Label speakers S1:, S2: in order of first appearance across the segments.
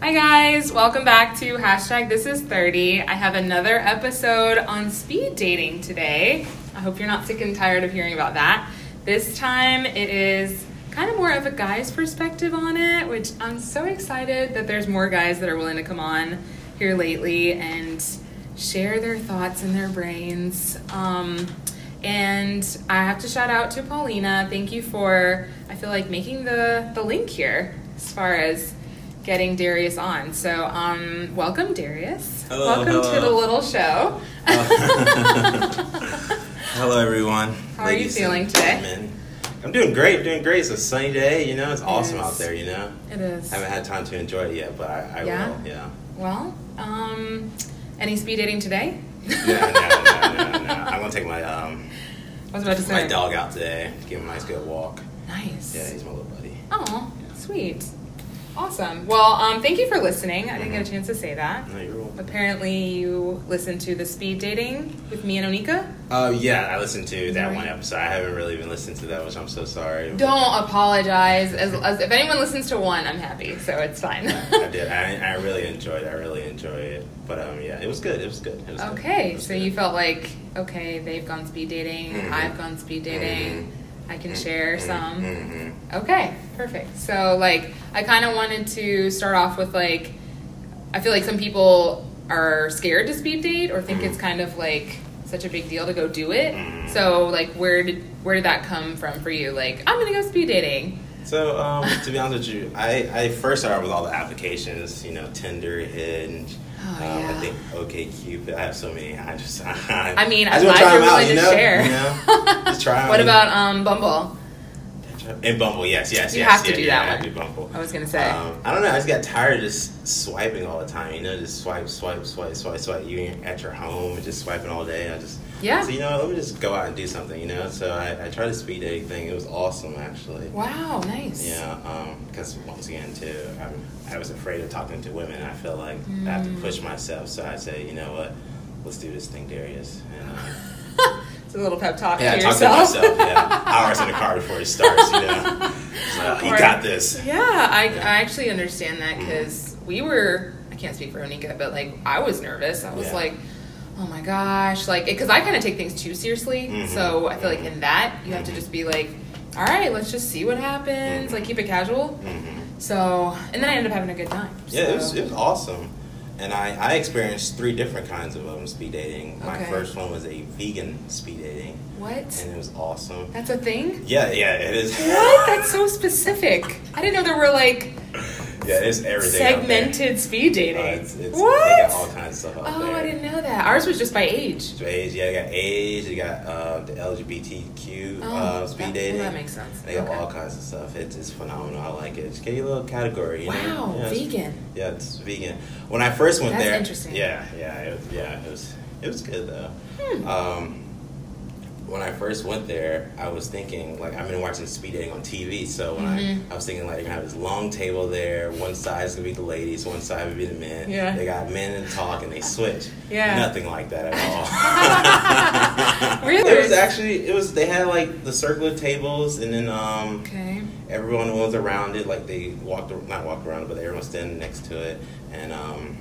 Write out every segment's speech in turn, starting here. S1: Hi guys, welcome back to hashtag This Is Thirty. I have another episode on speed dating today. I hope you're not sick and tired of hearing about that. This time it is kind of more of a guy's perspective on it, which I'm so excited that there's more guys that are willing to come on here lately and share their thoughts and their brains. Um, and I have to shout out to Paulina. Thank you for I feel like making the the link here as far as getting Darius on. So um, welcome Darius.
S2: Hello,
S1: welcome to the
S2: hello. Oh.
S1: little show.
S2: Uh, Hello, everyone.
S1: How are you
S2: Ladies
S1: feeling
S2: and
S1: today?
S2: gentlemen. I'm doing great. Doing great. It's a sunny day. You know, it's awesome
S1: Yes.
S2: out there. You know,
S1: It is.
S2: I haven't had time to enjoy it yet, but I, I
S1: Yeah?
S2: will. Yeah.
S1: Well, um, any speed dating today?
S2: No, no, no, no, no. I'm gonna take my um
S1: I was about to say
S2: my dog out today. Give him a nice good walk.
S1: Nice.
S2: Yeah, he's my little buddy.
S1: Oh, sweet. Awesome. Well, um, thank you for listening. I didn't get a
S2: Mm-hmm.
S1: chance to say that.
S2: No, you're welcome.
S1: Apparently, you listened to the speed dating with me and Onika.
S2: Oh yeah, I listened to that one episode. I haven't really been listening to that, which I'm so sorry.
S1: Don't apologize. As, as if anyone listens to one, I'm happy, so it's fine.
S2: I did. I, I really enjoyed. it. I really enjoyed it. But um, yeah, it was good. It was good. It was good. It
S1: okay,
S2: was
S1: so
S2: good.
S1: you felt like okay, they've gone speed dating.
S2: Mhm.
S1: I've gone speed dating. I
S2: Mm-hmm.
S1: can share some.
S2: Mhm.
S1: Okay, perfect. So like I kind of wanted to start off with like I feel like some people are scared to speed date or think
S2: Mm-hmm.
S1: it's kind of like such a big deal to go do it. So like where did where did that come from for you? Like I'm going to go speed dating.
S2: So, um, to be honest with you, I, I first started with all the applications, you know, Tinder, Hinge,
S1: Oh,
S2: um,
S1: yeah.
S2: I think OKCupid. I have so many. I just, I,
S1: I mean, I'm
S2: just wanna
S1: glad
S2: try
S1: you're
S2: them out,
S1: willing
S2: you
S1: to
S2: know?
S1: share.
S2: You know? Just try 'em
S1: What
S2: and-
S1: about um Bumble?
S2: and Bumble? Yes, yes,
S1: You
S2: yes,
S1: have to
S2: yeah,
S1: do
S2: yeah,
S1: that
S2: I
S1: one.
S2: do Bumble.
S1: I was going to say.
S2: Um, I don't know. I just got tired of just swiping all the time. You know, just swipe, swipe, swipe, swipe, swipe. You at your home and just swiping all day. I just
S1: Yeah.
S2: So you know, let me just go out and do something. You know, so I, I tried to speed dating thing. It was awesome, actually.
S1: wow, nice.
S2: Yeah, because once again, too, I'm, I was afraid of talking to women. I feel like I have
S1: Mm.
S2: to push myself, so I say, you know what, let's do this thing, Darius. And, uh,
S1: It's a little pep talk
S2: yeah,
S1: to
S2: talk
S1: yourself.
S2: to myself. Yeah, hours in the car before it starts. You know, so, you
S1: Or-
S2: got this.
S1: Yeah, I,
S2: Yeah.
S1: I actually understand that
S2: Mm-hmm.
S1: because we were, I can't speak for Onika, but like I was nervous. I was
S2: Yeah.
S1: like, oh my gosh, like, because I kind of take things too seriously.
S2: Mhm.
S1: So I feel like in that, you have to just be like, all right, let's just see what happens.
S2: Mm-hmm.
S1: Like, keep it casual.
S2: hmm
S1: So, and then I ended up having a good time.
S2: Yeah, it was,
S1: so-
S2: it was awesome. And I, I experienced three different kinds of um, speed dating. My
S1: Okay.
S2: first one was a vegan speed dating,
S1: What?
S2: and it was awesome.
S1: That's a thing?
S2: Yeah, yeah, it is.
S1: What? That's so specific. I didn't know there were like
S2: yeah, it's everything. out there.
S1: segmented speed dating.
S2: Uh, it's, it's, They got all
S1: what?
S2: kinds of stuff out there.
S1: Oh, I didn't know that. Ours was just by age.
S2: So age, yeah, you got age, you got uh, the LGBTQ uh, speed
S1: Oh, that,
S2: dating.
S1: That makes sense.
S2: They got
S1: Okay.
S2: all kinds of stuff. It's, it's phenomenal. I like it. Just get your little category. You know?
S1: Wow,
S2: yeah, it's-
S1: vegan.
S2: Yeah, it's vegan. When I first went
S1: That's
S2: there,
S1: interesting.
S2: Yeah, yeah, it was, yeah, it was it was good though.
S1: Hmm.
S2: Um, when I first went there, I was thinking like I've been watching speed dating on TV, so when
S1: Mhm.
S2: I, I was thinking like you're gonna have this long table there. One side's gonna be the ladies, one side would be the men.
S1: Yeah.
S2: They got men and talk, and they switch.
S1: Yeah.
S2: Nothing like that at all.
S1: Really?
S2: It was actually it was they had like the circular tables, and then um
S1: Okay.
S2: everyone was around it, like they walked, not walked around, but everyone was standing next to it, and um,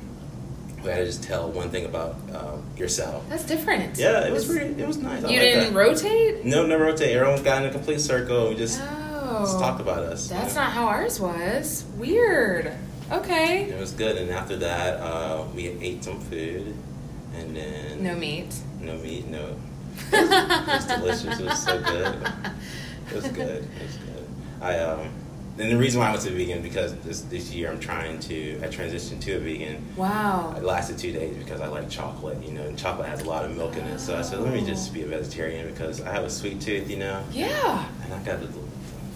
S2: we had to just tell one thing about um, yourself.
S1: That's different.
S2: Yeah, it was
S1: It's-
S2: pretty, it was nice.
S1: You
S2: I like
S1: didn't
S2: that.
S1: rotate?
S2: no, no rotate. Everyone got in a complete circle. We just,
S1: Oh.
S2: just talked about us.
S1: That's
S2: you know?
S1: not how ours was. Weird. Okay.
S2: It was good, and after that, uh, we ate some food, and then
S1: No meat.
S2: no meat, no. It was delicious. It was so good. It was good. It was good. I um, and the reason why I went to vegan because this this year I'm trying to I transitioned to a vegan. I
S1: Wow.
S2: lasted two days because I like chocolate, you know, and chocolate has a lot of milk in it. So I said, let me just be a vegetarian because I have a sweet tooth, you know,
S1: Yeah.
S2: and I got to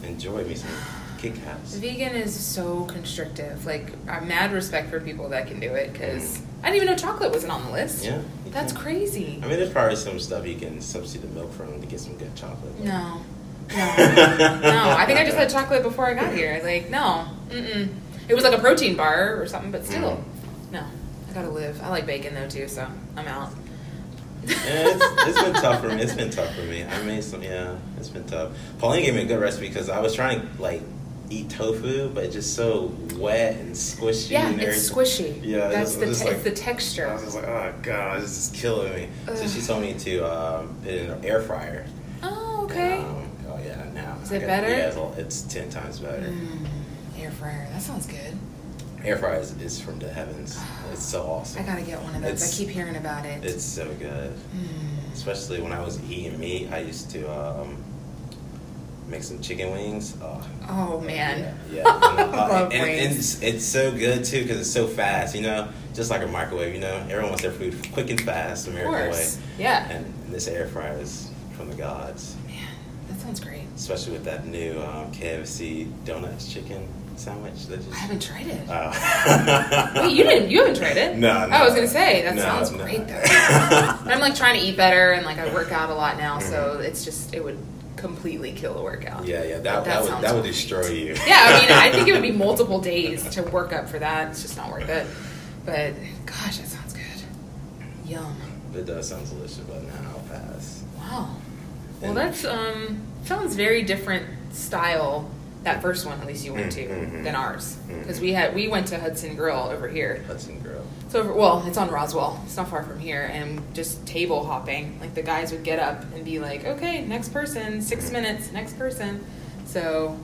S2: enjoy me some Kit Kats.
S1: Vegan is so constrictive. Like, I'm mad respect for people that can do it because I didn't even know chocolate wasn't on the list.
S2: Mm. Yeah, you
S1: That's
S2: can.
S1: crazy.
S2: I mean, there's probably some stuff you can substitute the milk from to get some good chocolate.
S1: No. No. no, I think I just had chocolate before I got here. Like, no, mm-mm. It was like a protein bar or something, but still,
S2: Mm.
S1: no. I gotta live. I like bacon though too, so I'm out.
S2: Yeah, Eh, it's, it's been tough for me. It's been tough for me. I made some. Yeah, it's been tough. Pauline gave me a good recipe because I was trying to like eat tofu, but it's just so wet and squishy.
S1: Yeah,
S2: and
S1: it's
S2: everything.
S1: squishy.
S2: Yeah,
S1: that's
S2: it's-
S1: the
S2: it's
S1: te-
S2: like-
S1: it's the
S2: I
S1: texture.
S2: was just like, oh god, this is killing me. So
S1: Ugh.
S2: she told me to um, put it in an air fryer.
S1: Oh, okay.
S2: Um, oh yeah, now
S1: Is
S2: I
S1: it
S2: got-
S1: better?
S2: Yeah, it's, all- it's ten times better.
S1: Mm, air fryer. That sounds good.
S2: Air fryer is, is from the heavens. It's so awesome.
S1: I gotta get one of those.
S2: It's-
S1: I keep hearing about it.
S2: It's so good.
S1: Mm.
S2: Especially when I was eating meat, I used to um, make some chicken wings. Oh,
S1: Oh man.
S2: Yeah. yeah. And, uh,
S1: Love
S2: and, and
S1: wings.
S2: it's, it's so good too because it's so fast, you know, just like a microwave, you know, everyone wants their food quick and fast,
S1: Of
S2: American way.
S1: course. Yeah.
S2: And this air fryer is from the gods,
S1: Man, that sounds great.
S2: especially with that new um, KFC donuts chicken sandwich. That just,
S1: I haven't tried it.
S2: Oh.
S1: Wait, you didn't? You haven't tried it? Oh,
S2: No, no.
S1: I was gonna say that
S2: No,
S1: sounds
S2: no.
S1: great though. And I'm like trying to eat better and like I work out a lot now, so
S2: Mhm.
S1: it's just it would completely kill a workout.
S2: Yeah, yeah, that,
S1: But
S2: that, would
S1: sounds
S2: that would
S1: great.
S2: destroy you.
S1: Yeah, I mean, I think it would be multiple days to work up for that. It's just not worth it. But gosh, that sounds good. Yum.
S2: It does sound delicious, but now I'll pass.
S1: Wow. Well,
S2: And-
S1: that's um sounds very different style. That first one, at least you went to,
S2: Mm, mhm.
S1: than ours, because
S2: Mhm.
S1: we had we went to Hudson Grill over here.
S2: Hudson Grill.
S1: It's over. Well, it's on Roswell. It's not far from here, and just table hopping. Like the guys would get up and be like, "Okay, next person, six minutes, next person." So,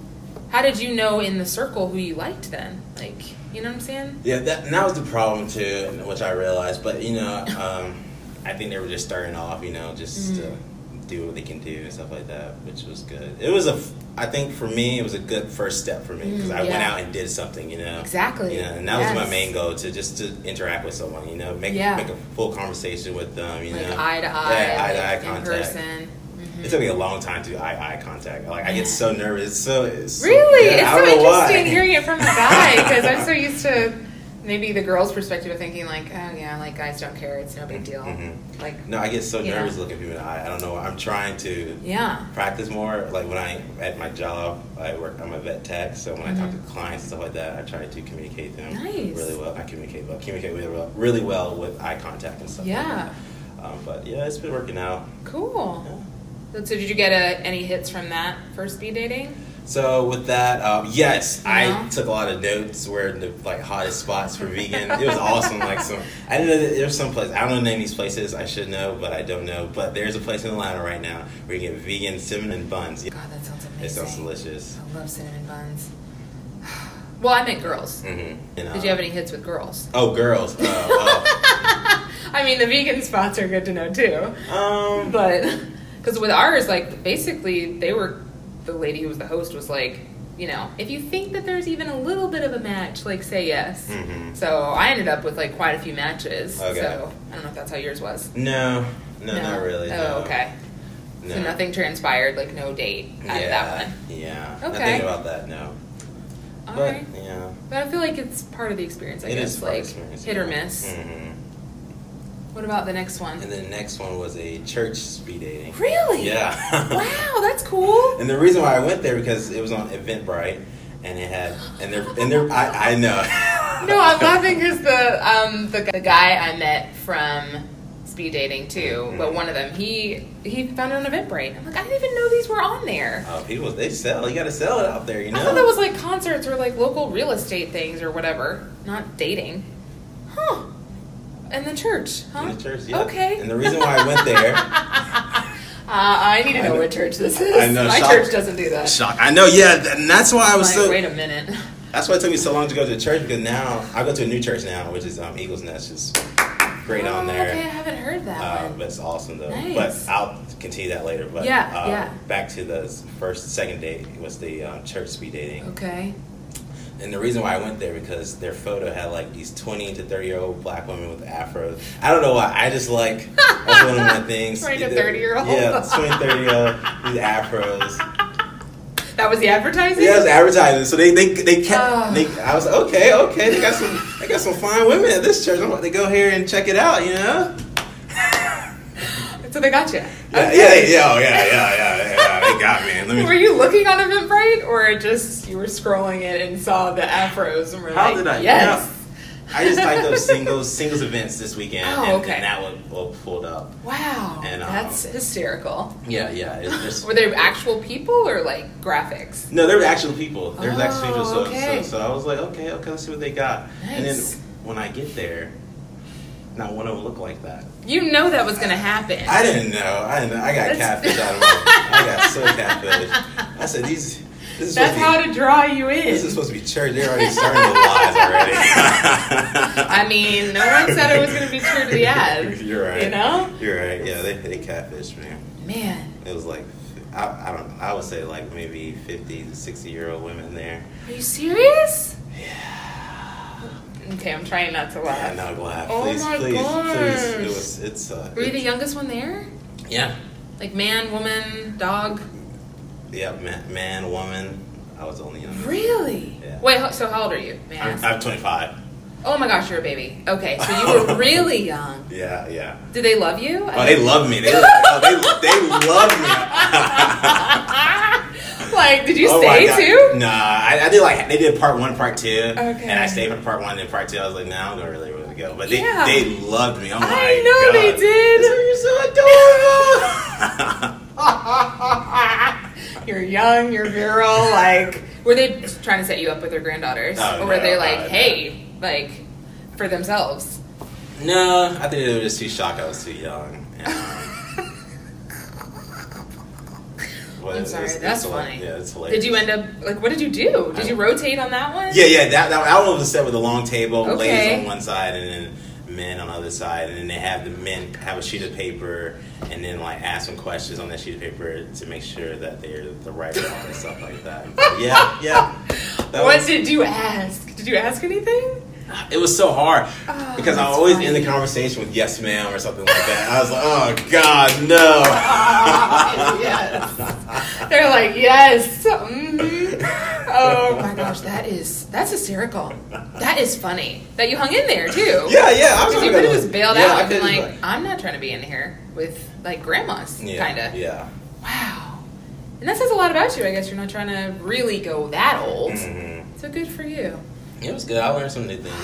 S1: how did you know in the circle who you liked then? Like, you know what I'm saying?
S2: Yeah, that, and that was the problem too, which I realized. But you know, um, I think they were just starting off, you know, just
S1: Mhm.
S2: to do what they can do and stuff like that, which was good. It was a, f- I think for me, it was a good first step for me because
S1: Mm,
S2: I went
S1: yeah.
S2: out and did something, you know.
S1: Exactly.
S2: Yeah, and that was
S1: Yes.
S2: my main goal to just to interact with someone, you know, make
S1: Yeah.
S2: make a full conversation with them, you
S1: Like
S2: know,
S1: eye to eye,
S2: yeah, eye to eye
S1: like, in
S2: contact.
S1: person. Mhm.
S2: It took me a long time to do eye eye contact. Like I get so nervous. It's so it's so-
S1: Really?
S2: yeah,
S1: it's
S2: I
S1: so
S2: don't know why.
S1: interesting hearing it from a guy because I'm so used to maybe the girl's perspective of thinking like, oh yeah, like guys don't care, it's no big deal.
S2: Mhm.
S1: Like,
S2: No, I get so
S1: Yeah.
S2: nervous looking people in the eye. I don't know. why. I'm trying to
S1: yeah,
S2: practice more. Like when I at my job, I work. I'm a vet tech, so when I talk to
S1: Mhm.
S2: clients and stuff like that, I try to communicate them
S1: Nice.
S2: really well. I communicate well. Communicate really well, really well with eye contact and stuff. like
S1: yeah,
S2: that. um, but yeah, it's been working out.
S1: cool.
S2: Yeah.
S1: So did you get uh any hits from that first speed dating?
S2: So with that, um, yes,
S1: Yeah.
S2: I took a lot of notes where the like hottest spots for vegan. It was awesome. Like some, I didn't know that there's some place. I don't know the name of these places. I should know, but I don't know. But there's a place in Atlanta right now where you can get vegan cinnamon and buns.
S1: God, that sounds amazing.
S2: It sounds delicious.
S1: I love cinnamon buns. well, I meant girls.
S2: Mm-hmm.
S1: Did you have any hits with girls?
S2: Oh, girls. Uh, uh,
S1: I mean, the vegan spots are good to know too.
S2: um,
S1: but because with ours like basically they were the lady who was the host was like you know if you think that there's even a little bit of a match like say yes
S2: Mhm.
S1: so i ended up with like quite a few matches
S2: Okay.
S1: so i don't know if that's how yours was
S2: no, no, not really.
S1: oh
S2: no.
S1: okay
S2: No.
S1: so nothing transpired like no date out
S2: yeah,
S1: of that one
S2: Yeah.
S1: Okay.
S2: Nothing about that. No.
S1: All
S2: but
S1: right.
S2: yeah,
S1: but i feel like it's part of the experience i
S2: it
S1: guess
S2: is
S1: like hit or miss
S2: Mm-hmm.
S1: what about the next one
S2: Mm. And then the next one was a church speed dating.
S1: really
S2: Yeah.
S1: wow that's cool
S2: and the reason why I went there because it was on Eventbrite, and it had and they're and they're I, I know.
S1: No, I'm laughing because the um the, gu- the guy I met from speed dating too,
S2: Mm-hmm.
S1: but one of them he he found it on Eventbrite. I'm like, I didn't even know these were on there.
S2: Oh, people, they sell. You got to sell it out there. You know.
S1: I thought that was like concerts or like local real estate things or whatever, not dating. Huh? And the church, huh?
S2: In the church, yeah.
S1: Okay.
S2: And the reason why I went there-
S1: uh, I need to
S2: I
S1: know
S2: know-
S1: what church this is.
S2: I know,
S1: My
S2: shock-
S1: church doesn't do that.
S2: Shock. I know. Yeah, th- and that's why I
S1: I'm
S2: was
S1: like,
S2: so.
S1: wait a minute.
S2: That's why it took me so long to go to the church because now I go to a new church now, which is um, Eagles Nest. It's great on
S1: Oh,
S2: there.
S1: Okay, I haven't heard that
S2: Uh,
S1: one.
S2: but it's awesome though.
S1: Nice.
S2: But I'll continue that later. But
S1: Yeah,
S2: uh,
S1: yeah.
S2: back to the first, second date was the um, church speed
S1: Oh.
S2: dating.
S1: Okay.
S2: And the reason why I went there because their photo had like these twenty to thirty year old black women with afros. I don't know why. I just like that's one of my things.
S1: 20 to 30-year-old.
S2: Yeah, 20 to 30 year old these afros.
S1: That was the advertising.
S2: Yeah, it was advertising. So they they they kept.
S1: Oh.
S2: They, I was like, okay, okay. They got some. They got some fine women at this church. I'm about to go here and check it out. You know.
S1: So they got you.
S2: Yeah, yeah, yeah, oh, yeah, yeah, yeah, yeah. They got me. Let me.
S1: Were you looking on Eventbrite or just you were scrolling it and saw the afros and were
S2: How
S1: like,
S2: did I-
S1: yes.
S2: I just like those singles singles events this weekend,
S1: Oh,
S2: and,
S1: okay.
S2: and that one well, pulled up.
S1: Wow,
S2: And, um,
S1: that's hysterical.
S2: Yeah, yeah. It's, it's,
S1: Were there actual people or like graphics?
S2: No, there were actual people. There was actual people. So,
S1: Oh, okay.
S2: so, so I was like, okay, okay, let's see what they got. And then
S1: Nice.
S2: when I get there, not one of them looked like that.
S1: You know that was gonna happen.
S2: I didn't know. I didn't know. I got
S1: That's-
S2: catfish out of my. I got so catfish. I said these. This is
S1: That's
S2: supposed
S1: how
S2: to be,
S1: to draw you in.
S2: This is supposed to be church. They're already starting the lies already.
S1: I mean, no one said it was gonna be true to the ad.
S2: You're right.
S1: You know,
S2: You're right. Yeah, they they catfished me.
S1: man,
S2: It was like. I, I don't. I would say like maybe fifty to sixty year old women there.
S1: are you serious? Okay, I'm trying not to
S2: Yeah,
S1: laugh.
S2: no, go ahead.
S1: Oh
S2: Please,
S1: my
S2: please, please. It
S1: gosh.
S2: was, it's uh,
S1: Were you the
S2: it's-
S1: youngest one there?
S2: Yeah.
S1: Like man, woman, dog?
S2: Yeah, man, man, woman. I was only young.
S1: Really?
S2: Yeah.
S1: Wait, ho- so how old are you? May I ask?
S2: I'm, I'm 25.
S1: oh my gosh, you're a baby. Okay, so you were really young.
S2: Yeah, yeah.
S1: Did they love you?
S2: Oh, they love me. They, oh, they, they love me.
S1: like, did you
S2: Oh my
S1: stay
S2: God.
S1: too?
S2: Nah, I, I did like they did part one, part two, okay. and I
S1: Okay.
S2: stayed for part one and part two. I was like, nah, I don't really want to go, but they
S1: Yeah.
S2: they loved me. Oh my
S1: I know they did.
S2: God. You're so adorable.
S1: you're young, you're virile. Like, were they trying to set you up with their granddaughters,
S2: Oh,
S1: or were
S2: no,
S1: they
S2: no,
S1: like,
S2: no.
S1: hey, like, for themselves?
S2: no, I think they were just too shocked. I was too young. And, um,
S1: I'm
S2: but it's-
S1: sorry,
S2: it's-
S1: that's
S2: it's hila-
S1: funny.
S2: Yeah, it's hilarious.
S1: Did you end up like? What did you do? Did you rotate on that one?
S2: Yeah, yeah. That, that I was the set with a long table, ladies
S1: Okay.
S2: on one side, and then men on the other side, and then they have the men have a sheet of paper, and then like ask them questions on that sheet of paper to make sure that they're the right one and stuff like that. But yeah, yeah. That
S1: What
S2: was,
S1: did you ask? Did you ask anything?
S2: it was so hard
S1: Oh,
S2: because I
S1: that's
S2: always
S1: funny.
S2: end the conversation with yes, ma'am, or something like that. I was like, oh god, no.
S1: yes. They're like, yes. mhm. Oh my gosh, that is that's hysterical. That is funny that you hung in there too.
S2: Yeah, yeah. I was
S1: Because you
S2: like,
S1: could have just bailed
S2: yeah, I
S1: out and been
S2: could've,
S1: like, I'm not trying to be in here with like grandmas,
S2: yeah,
S1: kind of.
S2: yeah.
S1: Wow. And that says a lot about you. I guess you're not trying to really go that old.
S2: Mhm.
S1: So good for you.
S2: It was good. I learned some new things.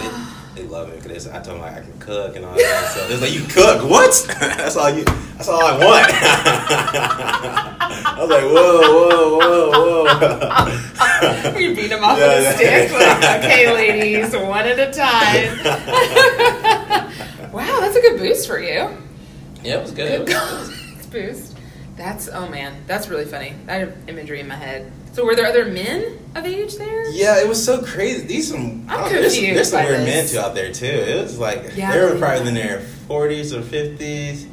S2: They, they love me because I told them like I can cook and all that. So they're like, "You cook? What? that's all you. That's all I want." I was like, "Whoa, whoa, whoa, whoa."
S1: you beat them off
S2: Yeah,
S1: with
S2: yeah.
S1: a stick. Like, okay, ladies, one at a time. wow, that's a good boost for you.
S2: yeah, it was good. It
S1: Good
S2: was- it was-
S1: confidence boost. That's oh man, that's really funny. I have imagery in my head. So were there other men of age there?
S2: Yeah, it was so crazy. These some
S1: I'm
S2: I don't know, there's,
S1: confused
S2: there's some
S1: by
S2: weird men
S1: this.
S2: too out there too. It was like
S1: Yeah,
S2: they were
S1: they
S2: probably in
S1: are.
S2: their forties or fifties,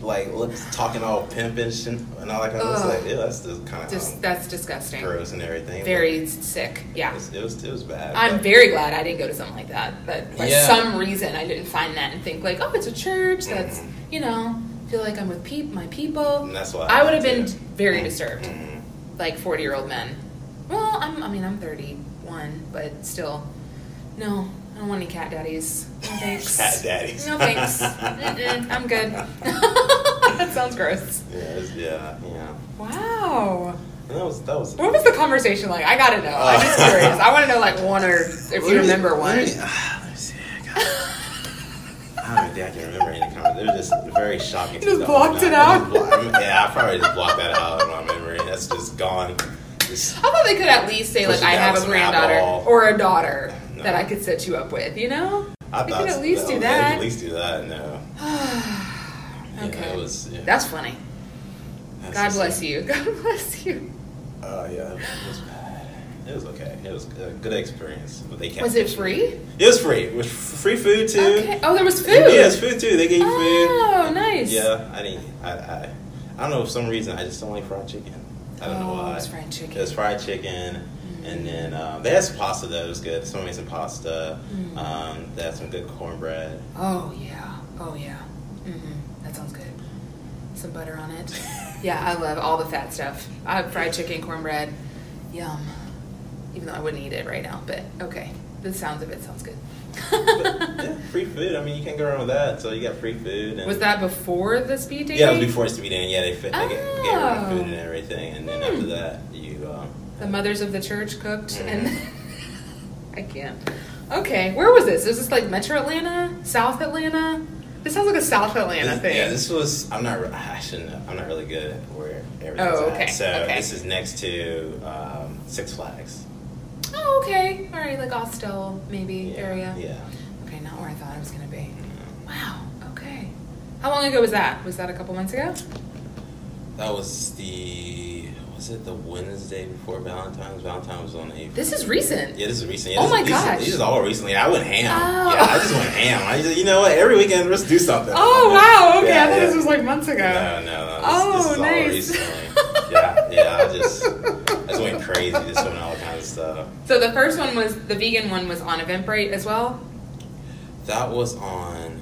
S2: like look, talking all pimpish and and all that kind of stuff.
S1: Ugh.
S2: Like, yeah, that's just kind of
S1: Just, that's disgusting.
S2: gross and everything. but-
S1: Very sick.
S2: It
S1: Yeah.
S2: was, it was, it was bad.
S1: I'm
S2: but-
S1: very glad I didn't go to something like that. But for
S2: Yeah.
S1: some reason, I didn't find that and think like, oh, it's a church. That's
S2: Mhm.
S1: you know, feel like I'm with peop my people.
S2: And that's why
S1: I would have been
S2: went to-
S1: very disturbed.
S2: Mhm.
S1: like 40 year old men. Well, I'm, I mean, I'm 31, but still, no, I don't want any cat daddies. No thanks.
S2: Cat daddies.
S1: No thanks. Mm-mm, I'm good. that sounds gross.
S2: Yeah, it was, yeah, yeah.
S1: Wow.
S2: And that was that was.
S1: What was the conversation like? I gotta know. I'm just
S2: Oh.
S1: curious. I want to know like one or if
S2: Let me-
S1: you remember one.
S2: Let me, ah, let me see. God, I don't think I can remember any comment. They were just very shocking.
S1: You just
S2: No,
S1: blocked
S2: no,
S1: it
S2: I just
S1: out?
S2: blocked- I mean, yeah, I probably just blocked that out of my memory. That's just gone. Just,
S1: I thought they could at least say like
S2: Push
S1: I
S2: it down
S1: have a
S2: some
S1: granddaughter
S2: alcohol.
S1: or a daughter
S2: No.
S1: that I could set you up with. You know?
S2: I
S1: They
S2: thought
S1: could at least do
S2: they
S1: that.
S2: Could at least do that. No. Yeah,
S1: okay.
S2: it was, yeah,
S1: That's funny.
S2: that's
S1: God
S2: just-
S1: bless you. God bless you.
S2: Oh yeah, it was, it was bad. It was okay. It was a good experience, but they can't.
S1: Was it free?
S2: It was free. It was f- free food too.
S1: Okay. Oh, there was food.
S2: Yeah, it's food too. They gave you food.
S1: Oh, nice.
S2: Yeah, I didn't. I, I I don't know. For some reason, I just don't like fried chicken. I don't know
S1: Oh,
S2: why.
S1: it was fried chicken. Mm.
S2: It was fried chicken, and then um, they had some pasta that was good. Someone made some pasta.
S1: Mm.
S2: Um, they had some good cornbread.
S1: Oh yeah. Oh yeah. Mm-hmm. That sounds good. Some butter on it. yeah, I love all the fat stuff. I have fried chicken, cornbread. Yum. Even though I wouldn't eat it right now, but okay. The sounds of it sounds good.
S2: But, yeah, free food. I mean, you can't go wrong with that. So you got free food. And
S1: Was that before the speed dating?
S2: Yeah, it was before it's to be done. Yeah, they, fit, they ga- gave
S1: Oh.
S2: everyone food and everything, and then
S1: Hmm.
S2: after that, you. Um, Mm-hmm.
S1: The mothers of the church cooked,
S2: Mhm.
S1: and I can't. Okay, where was this? Was this like Metro Atlanta, South Atlanta? This sounds like a South Atlanta
S2: This-
S1: thing.
S2: Yeah, this was. I'm not. re- I shouldn't. I'm not really good at where everything's
S1: Oh, okay,
S2: at. So
S1: okay.
S2: this is next to um, Six Flags.
S1: oh, okay. All right, like Austell maybe
S2: Yeah,
S1: area.
S2: Yeah.
S1: Okay, not where I thought it was gonna be.
S2: Mhm.
S1: Wow. Okay. How long ago was that? Was that a couple months ago?
S2: That was the. Was it the Wednesday before Valentine's? Valentine's was on April.
S1: This is recent.
S2: Yeah, this is recent. Yeah,
S1: Oh
S2: this,
S1: my
S2: these,
S1: gosh.
S2: These is all recently. I went ham.
S1: Oh.
S2: Yeah, I just went ham. I just, you know what? Every weekend, let's do something.
S1: Oh wow. Okay,
S2: Yeah,
S1: I thought
S2: yeah.
S1: this was like months ago.
S2: No, no. no. This,
S1: Oh,
S2: this is
S1: nice.
S2: all recently. yeah, yeah. I just, I just went crazy. Just doing all kinds of stuff.
S1: So the first one was the vegan one was on Eventbrite as well.
S2: That was on.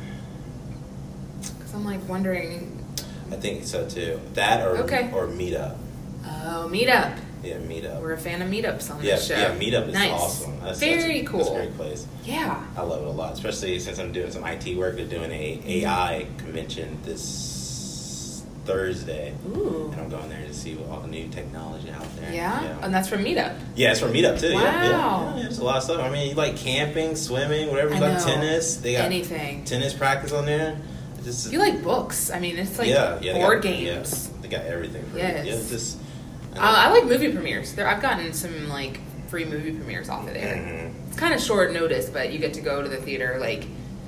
S1: Cause I'm like wondering.
S2: I think so too. That or
S1: Okay.
S2: or meetup.
S1: Oh, meetup.
S2: Yeah, meetup.
S1: We're a fan of meetups on
S2: yeah,
S1: this show.
S2: yeah. Meetup is
S1: nice.
S2: awesome. That's,
S1: Very
S2: that's a,
S1: cool.
S2: That's a great place.
S1: Yeah.
S2: I love it a lot, especially since I'm doing some IT work. They're doing a AI convention this Thursday,
S1: Ooh.
S2: and I'm going there to see what all the new technology out there.
S1: Yeah? and that's from Meetup.
S2: Yeah, it's for meetup too. Yeah, yeah,
S1: Wow.
S2: yeah, There's a lot of stuff. I mean, you like camping, swimming, whatever.
S1: I
S2: You like
S1: know.
S2: tennis. They got
S1: anything.
S2: tennis practice on there. It's Just
S1: You like books? I mean, it's like
S2: yeah, yeah, they
S1: board
S2: got- yeah,
S1: games.
S2: they got everything. For
S1: Yes.
S2: Yeah, it's just.
S1: Uh, I like movie premieres. There, I've gotten some like free movie premieres off of there.
S2: Mhm.
S1: It's kind of short notice, but you get to go to the theater. Like,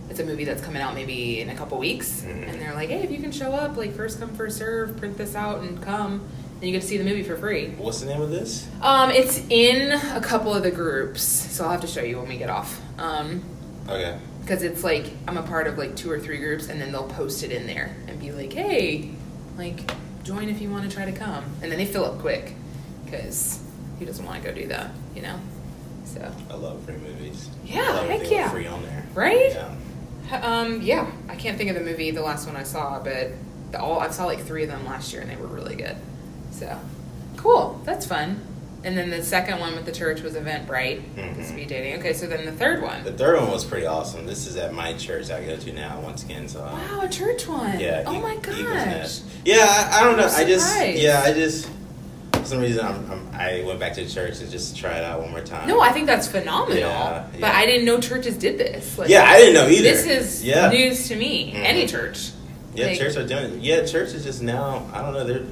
S1: it's a movie that's coming out maybe in a couple weeks,
S2: Mhm.
S1: and they're like, "Hey, if you can show up, like first come first serve, print this out and come, and you get to see the movie for free."
S2: What's the name of this?
S1: Um, it's in a couple of the groups, so I'll have to show you when we get off. Um,
S2: Okay.
S1: because it's like I'm a part of like two or three groups, and then they'll post it in there and be like, "Hey, like join if you want to try to come," and then they fill up quick because who doesn't want to go do that, you know? So
S2: I love free movies.
S1: Yeah,
S2: I love
S1: heck
S2: everything
S1: yeah.
S2: Free on there.
S1: Right?
S2: Yeah.
S1: h- um, yeah, I can't think of the movie, the last one I saw, but the, all I saw like three of them last year, and they were really good. So cool, that's fun. And then the second one with the church was Eventbrite, the
S2: Mhm.
S1: speed dating. Okay, so then the third
S2: The
S1: one.
S2: third one was pretty awesome. This is at my church I go to now. Once again, so um,
S1: Wow, a church one.
S2: yeah.
S1: Oh
S2: E-
S1: my
S2: Eagles
S1: gosh.
S2: Nest. Yeah, I, I don't know.
S1: I'm
S2: I just
S1: surprised.
S2: yeah, I just for some reason I'm, I'm, I went back to the church to just try it out one more time.
S1: No, I think that's phenomenal.
S2: Um, Yeah,
S1: But
S2: yeah.
S1: I didn't know churches did this. Like,
S2: yeah, I didn't know either.
S1: This is
S2: yeah,
S1: news to me.
S2: Mhm.
S1: Any church.
S2: yeah.
S1: like-
S2: church are doing. it. Yeah, church is just now. I don't know. They're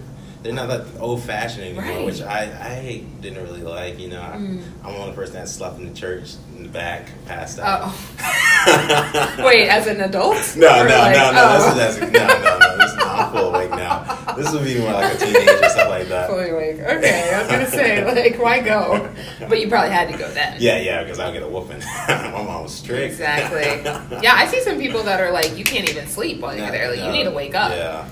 S2: they're not that old fashioned anymore,
S1: Right.
S2: which I I didn't really like. You know, I,
S1: Mm.
S2: I'm one of the person that slept in the church in the back, passed out.
S1: Oh, wait, as an adult?
S2: No,
S1: Or
S2: no,
S1: like-
S2: no, no,
S1: oh.
S2: This is that's, no, no, no. This is not full awake now. This would be more like a teenager or something like that.
S1: Fully awake. Okay, I was gonna say, like, why go? But you probably had to go then.
S2: Yeah, yeah, because I'll get a whooping. My mom was strict.
S1: Exactly. Yeah, I see some people that are like, you can't even sleep while you're
S2: No,
S1: there. Like, you
S2: no,
S1: need to wake up.
S2: Yeah,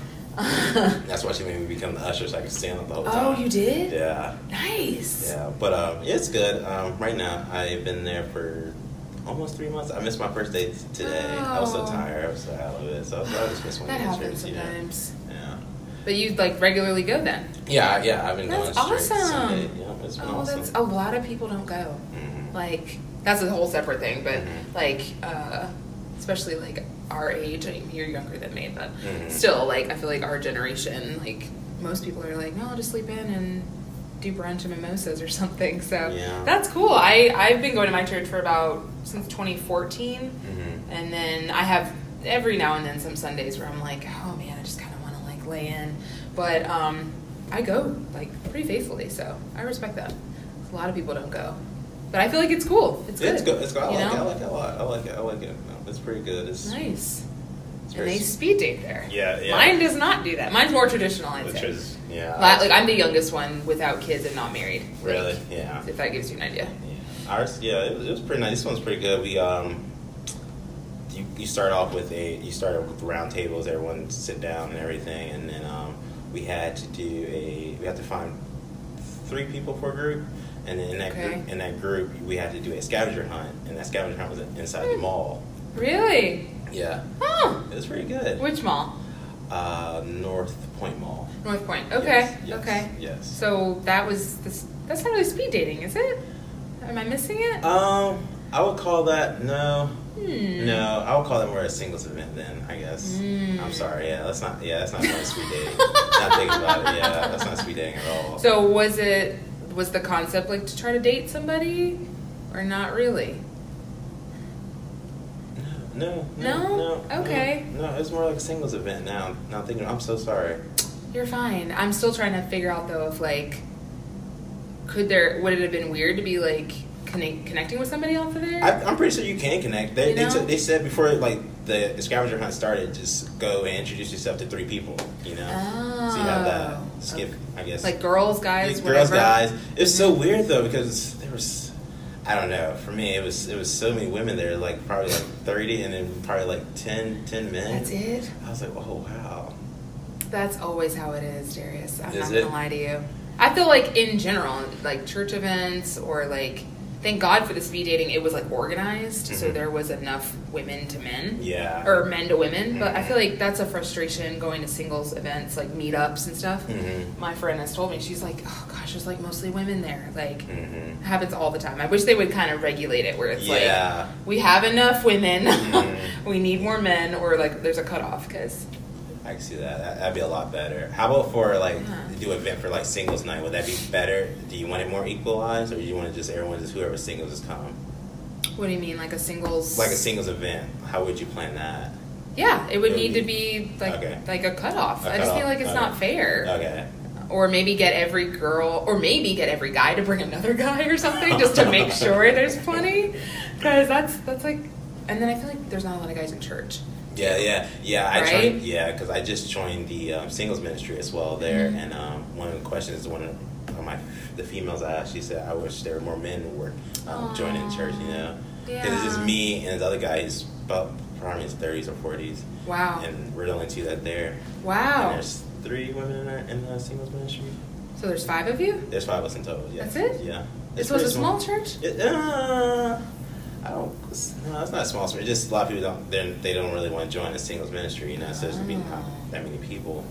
S2: that's why she made me become the usher so I could stand up the whole time.
S1: oh, you did?
S2: Yeah,
S1: Nice.
S2: yeah. But um, it's good. Um, right now, I've been there for almost three months. I missed my first day today. I was so
S1: Oh.
S2: tired. I was so out of it. So I just missed one
S1: That
S2: day
S1: happens
S2: you know.
S1: sometimes.
S2: Yeah.
S1: But you like regularly go then.
S2: Yeah, yeah, I've been
S1: That's
S2: going straight
S1: awesome.
S2: Sunday. Yeah, it's been
S1: Oh,
S2: awesome.
S1: that's a lot of people don't go.
S2: Mhm.
S1: like that's a whole separate thing but
S2: Mhm.
S1: like uh, especially like our age I mean, you're younger than me but
S2: Mhm.
S1: still like i feel like our generation like most people are like no i'll just sleep in and do brunch and mimosas or something so
S2: Yeah.
S1: that's cool i i've been going to my church for about since 2014
S2: Mhm.
S1: and then I have every now and then some Sundays where I'm like, oh man, I just kind of want to like lay in, but um, I go like pretty faithfully, so I respect that. A lot of people don't go, but I feel like it's cool. It's good.
S2: It's good. It's good. I
S1: you
S2: like it. I
S1: know?
S2: like it a lot. I like it. I like it. No, it's pretty good. It's,
S1: Nice.
S2: it's
S1: And
S2: very
S1: they speed date there.
S2: Yeah, yeah.
S1: Mine does not do that. Mine's more traditional. I'd
S2: which
S1: say.
S2: is yeah.
S1: like, like, I'm the youngest one without kids and not married. Like,
S2: really yeah.
S1: if that gives you an idea.
S2: yeah. Ours yeah. It was, it was pretty nice. This one's pretty good. We um. You, you start off with a you start off with round tables. Everyone sit down and everything, and then um, we had to do a we had to find three people per group, and then in that
S1: Okay.
S2: group, in that group we had to do a scavenger hunt, and that scavenger hunt was inside the
S1: Hmm.
S2: mall.
S1: Really?
S2: Yeah,
S1: Huh.
S2: it was pretty good.
S1: Which mall?
S2: Uh, North Point Mall.
S1: North Point. Okay.
S2: Yes, yes,
S1: Okay.
S2: Yes.
S1: So that was this. That's not really speed dating, is it? Am I missing it?
S2: Um, I would call that no,
S1: hmm.
S2: no. I would call that more a singles event then. I guess.
S1: Hmm.
S2: I'm sorry. Yeah, that's not. Yeah, that's not really speed dating. not thinking about it. Yeah, that's not speed dating at all.
S1: So was it was the concept like to try to date somebody, or not really?
S2: No,
S1: No?
S2: no, no.
S1: Okay.
S2: No, it's more like a singles event now. Now I'm thinking, I'm so sorry.
S1: You're fine. I'm still trying to figure out though if like, could there would it have been weird to be like connect, connecting with somebody off of there?
S2: I, I'm pretty sure you can connect. They
S1: You
S2: they,
S1: know?
S2: took- they said before like the scavenger hunt started, just go and introduce yourself to three people. You know, so you have that
S1: Oh.
S2: skip. I guess
S1: like girls,
S2: Yeah,
S1: guys,
S2: girls,
S1: whatever. Mm-hmm.
S2: guys. It was so weird though because there was, I don't know. For me, it was it was so many women there, like probably like thirty, and then probably like 10, 10 men.
S1: That's it.
S2: I was like, oh wow.
S1: That's always how it is, Darius. I'm
S2: Is
S1: not
S2: it?
S1: gonna lie to you. I feel like in general, like church events or like, thank God for the speed dating. It was like organized, so
S2: Mhm.
S1: there was enough women to men.
S2: Yeah.
S1: Or men to women, but I
S2: Mhm.
S1: feel like that's a frustration going to singles events, like meetups and stuff.
S2: Mhm.
S1: My friend has told me she's like, oh gosh, there's like mostly women there. Like,
S2: Mhm.
S1: it happens all the time. I wish they would kind of regulate it where it's like
S2: Yeah.
S1: we have enough women,
S2: Mhm.
S1: we need more men, or like there's a cutoff because
S2: I can see that. That- That'd be a lot better. How about for like
S1: Yeah.
S2: do an event for like singles night? Would that be better? Do you want it more equalized, or do you want to just everyone just whoever singles just come?
S1: what do you mean like a singles
S2: Like a singles event. How would you plan that?
S1: Yeah, it would
S2: It would
S1: need to be like
S2: Okay.
S1: like a cutoff.
S2: A
S1: I just feel
S2: cutoff,
S1: like it's
S2: okay.
S1: not fair.
S2: Okay.
S1: Or maybe get every girl, or maybe get every guy to bring another guy or something, just to make sure there's plenty. Because that's that's like, and then I feel like there's not a lot of guys in church.
S2: Yeah, yeah, yeah. I
S1: Right?
S2: joined, yeah, because I just joined the um, singles ministry as well there,
S1: Mm-hmm.
S2: and um, one of the questions one of my the females I asked, she said, "I wish there were more men who were um, joining
S1: Aw.
S2: church." You know, 'Cause it's just
S1: Yeah.
S2: me and this other guy who's about probably in his thirties or forties,
S1: Wow.
S2: and we're the only two that there. And
S1: wow.
S2: there's three women in, our, in the singles ministry.
S1: So there's five of you.
S2: There's five of us in total. Yeah.
S1: That's it?
S2: Yeah.
S1: This
S2: It's
S1: was a
S2: pretty
S1: small church.
S2: It, uh, I don't. it's- No, it's not a small space. Just a lot of people don't. They they don't really want to join a singles ministry. You know, so there's
S1: Ah.
S2: be not that many people.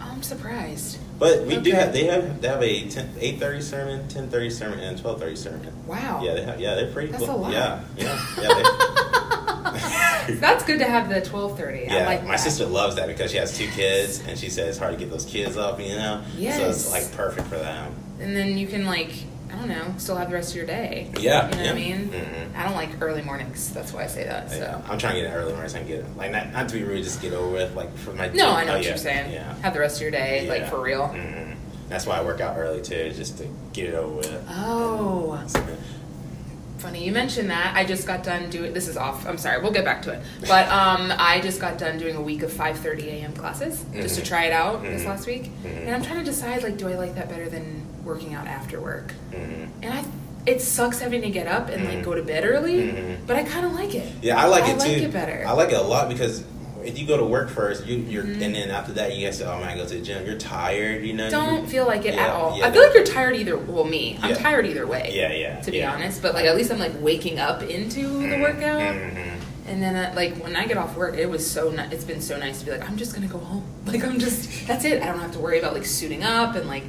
S1: I'm surprised.
S2: But we
S1: Okay.
S2: do have. They have. They have a 10, 8.30 sermon, ten thirty sermon, and twelve thirty sermon.
S1: Wow.
S2: Yeah, they have. Yeah, they're pretty.
S1: Oh. That's
S2: cool.
S1: a lot.
S2: Yeah, yeah, yeah. They,
S1: That's good to have the 12:30.
S2: yeah,
S1: I like
S2: my
S1: that.
S2: sister loves that because she has two kids and she says it's hard to get those kids up, you know? So
S1: Yes.
S2: it's like perfect for them.
S1: And then you can like I don't know, still have the rest of your day.
S2: Yeah.
S1: You know
S2: yeah.
S1: what I mean?
S2: Mhm.
S1: I don't like early mornings. That's why I say that. So.
S2: Yeah, I'm trying to get it early morning so I can get it. Like, not, not to be rude, just get over with. Like, for my
S1: No, I know
S2: oh,
S1: what
S2: yeah,
S1: you're saying.
S2: Yeah.
S1: Have the rest of your day, like
S2: Yeah.
S1: for real.
S2: Mhm. That's why I work out early too, just to get it over with. Mm-hmm.
S1: Oh, funny you mentioned that. I just got done doing. This is off. I'm sorry. We'll get back to it. But um, I just got done doing a week of 5:30 a.m. classes just to
S2: Mhm.
S1: try it out this
S2: Mhm.
S1: last week,
S2: Mhm.
S1: and I'm trying to decide like, do I like that better than working out after work?
S2: Mhm.
S1: And I, it sucks having to get up and like
S2: Mhm.
S1: go to bed early,
S2: Mhm.
S1: but I kind of like it.
S2: Yeah, I like
S1: I
S2: it
S1: like
S2: too.
S1: it better. Mm-hmm.
S2: I like it a lot because if you go to work first, you, you're, and then after that, you guys say, "Oh, I'm gonna go to the gym." You're tired, you know.
S1: don't
S2: you-
S1: feel like it at
S2: Yeah,
S1: all.
S2: yeah,
S1: I feel like
S2: that-
S1: you're tired either. Well, me, I'm
S2: Yeah.
S1: tired either way.
S2: Yeah, yeah,
S1: To be
S2: yeah.
S1: honest, but like at least I'm like waking up into the
S2: Mhm,
S1: workout,
S2: mhm.
S1: and then uh, like when I get off work, it was so ni- it's been so nice to be like I'm just gonna go home. Like I'm just that's it. I don't have to worry about like suiting up and like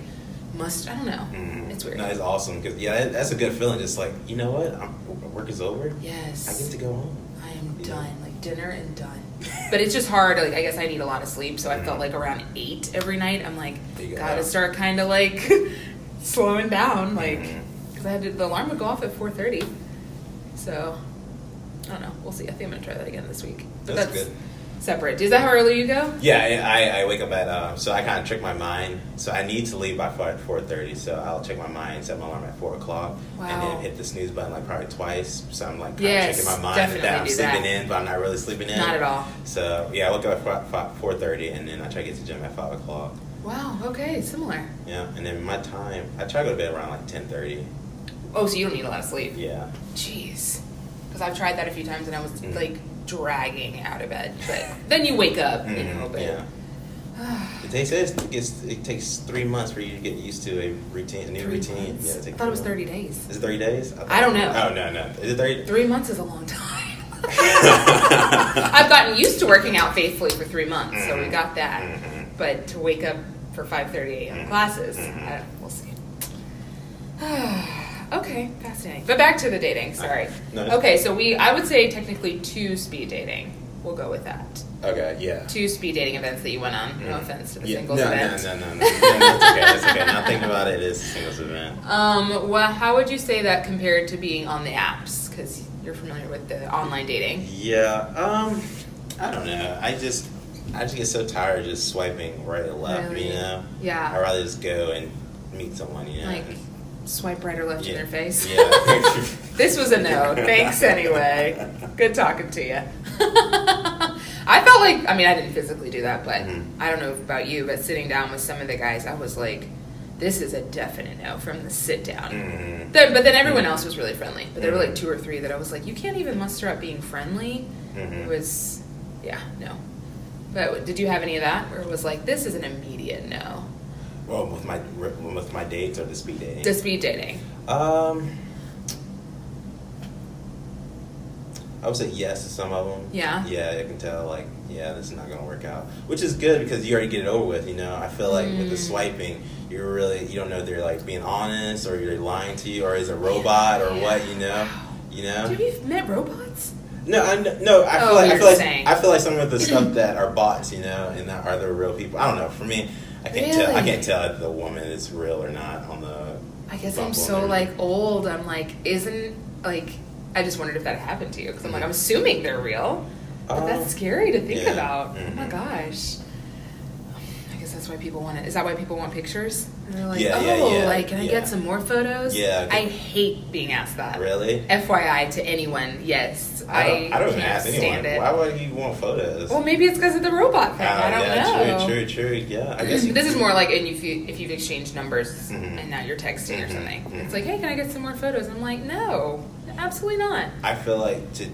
S1: must I don't know.
S2: Mhm.
S1: It's weird.
S2: No, it's awesome because yeah, that, that's a good feeling. Just like you know what, I'm, work is over. I get
S1: Yes,
S2: to go home.
S1: I am
S2: Yeah.
S1: done. Like dinner and done. But it's just hard. Like I guess I need a lot of sleep, so I felt like around eight every night. I'm like
S2: There you go.
S1: gotta start kind of like slowing down, like.
S2: Mhm.
S1: Because I had to, the alarm would go off at 4:30, so I don't know. We'll see. I think I'm gonna try that again this week. But
S2: That's
S1: that's,
S2: good.
S1: separate. Is that how early you go?
S2: Yeah, I, I- I wake up at um, so I kind of trick my mind. So I need to leave by four thirty. So I'll check my mind, set my alarm at four o'clock, and
S1: Wow.
S2: then hit the snooze button like probably twice. So I'm like kinda
S1: Yes,
S2: checking my mind
S1: definitely
S2: that I'm
S1: do
S2: sleeping
S1: that.
S2: in, but I'm not really sleeping in.
S1: Not at all.
S2: So yeah, I wake up at four thirty, and then I try to get to the gym at five o'clock.
S1: Wow. Okay. Similar.
S2: Yeah, and then my time I try to go to bed around like ten thirty.
S1: Oh, so you don't need a lot of sleep.
S2: Yeah,
S1: Jeez. Because I've tried that a few times and I was
S2: Mhm.
S1: like dragging out of bed, but then you wake up, you
S2: Mhm,
S1: know. But
S2: yeah. It takes it, gets, it takes three months for you to get used to a routine, a new
S1: Three
S2: routine.
S1: months?
S2: Yeah, it
S1: I
S2: takes
S1: thought it was
S2: three
S1: 30
S2: months.
S1: days.
S2: Is it thirty days?
S1: I don't know.
S2: Oh no, no, is it thirty?
S1: Three months is a long time. I've gotten used to working out faithfully for three months, so we got that.
S2: Mhm.
S1: But to wake up for 5:30 a.m.
S2: Mhm.
S1: classes,
S2: Mhm.
S1: I, we'll see. okay, fascinating. But back to the dating. Sorry.
S2: No.
S1: Okay, so we I would say technically two speed dating. We'll go with that.
S2: Okay, yeah.
S1: Two speed dating events that you went on. No
S2: Mhm.
S1: offense to the
S2: Yeah,
S1: singles
S2: no,
S1: event.
S2: No, no, no, no, no. no, It's okay. It's okay. Now thinking about it, it is a singles event.
S1: Um, well, how would you say that compared to being on the apps? Because you're familiar with the online dating.
S2: Yeah, um, I don't know. I just I just get so tired of just swiping right and left,
S1: Really?
S2: you know? I'd
S1: Yeah.
S2: rather just go and meet someone, you know?
S1: Like
S2: and-
S1: swipe right or left in
S2: Yeah.
S1: their face.
S2: Yeah.
S1: this was a no. Thanks anyway. Good talking to you. I felt like I mean I didn't physically do that, but
S2: Mhm.
S1: I don't know about you, but sitting down with some of the guys, I was like, this is a definite no from the sit down.
S2: Mm,
S1: Then, but then everyone else was really friendly. But there were like
S2: Mhm.
S1: two or three that I was like, you can't even muster up being friendly.
S2: mhm.
S1: It was, yeah, no. But did you have any of that where it was like, this is an immediate no
S2: Mm-hmm. Well, with my with my dates or the speed dating.
S1: to speed dating?
S2: um, I would say yes to some of them.
S1: Yeah.
S2: Yeah, I can tell. Like, yeah, this is not gonna work out, which is good because you already get it over with. You know, I feel like with the
S1: Mm.
S2: swiping, you're really you don't know if they're like being honest or you're lying to you or is a robot or what. You know. You know.
S1: Dude, you've met robots?
S2: No, I, kn- no, I feel
S1: Oh,
S2: like I
S1: you're
S2: feel like
S1: saying.
S2: I feel like some of the stuff that are bots, you know, and that are the real people. I don't know. For me, I can't tell. I
S1: Really?
S2: can't tell if the woman is real or not on the.
S1: I guess
S2: Bump
S1: I'm
S2: on
S1: so
S2: there.
S1: like old. I'm like, isn't like, I just wondered if that happened to you because I'm like, I'm assuming they're real. But
S2: Um,
S1: that's scary to think
S2: yeah.
S1: about. Oh my
S2: Mhm.
S1: gosh. I guess that's why people want it. Is that why people want pictures? And they're like,
S2: Yeah,
S1: oh,
S2: yeah, yeah,
S1: like, can I
S2: yeah.
S1: get some more photos?
S2: Yeah, okay.
S1: I hate being asked that.
S2: Really?
S1: FYI to anyone, yes.
S2: I don't. I, don't even
S1: can't
S2: ask anyone.
S1: stand it.
S2: Why would you want photos?
S1: Well, maybe it's because of the robot
S2: Uh,
S1: thing. I don't
S2: yeah,
S1: know.
S2: True, true, true. Yeah, I guess. You,
S1: this is more like and if you if you've exchanged numbers
S2: Mhm.
S1: and now you're texting or
S2: Mhm,
S1: something.
S2: mhm.
S1: It's like, hey, can I get some more photos? And I'm like, no, absolutely not.
S2: I feel like to.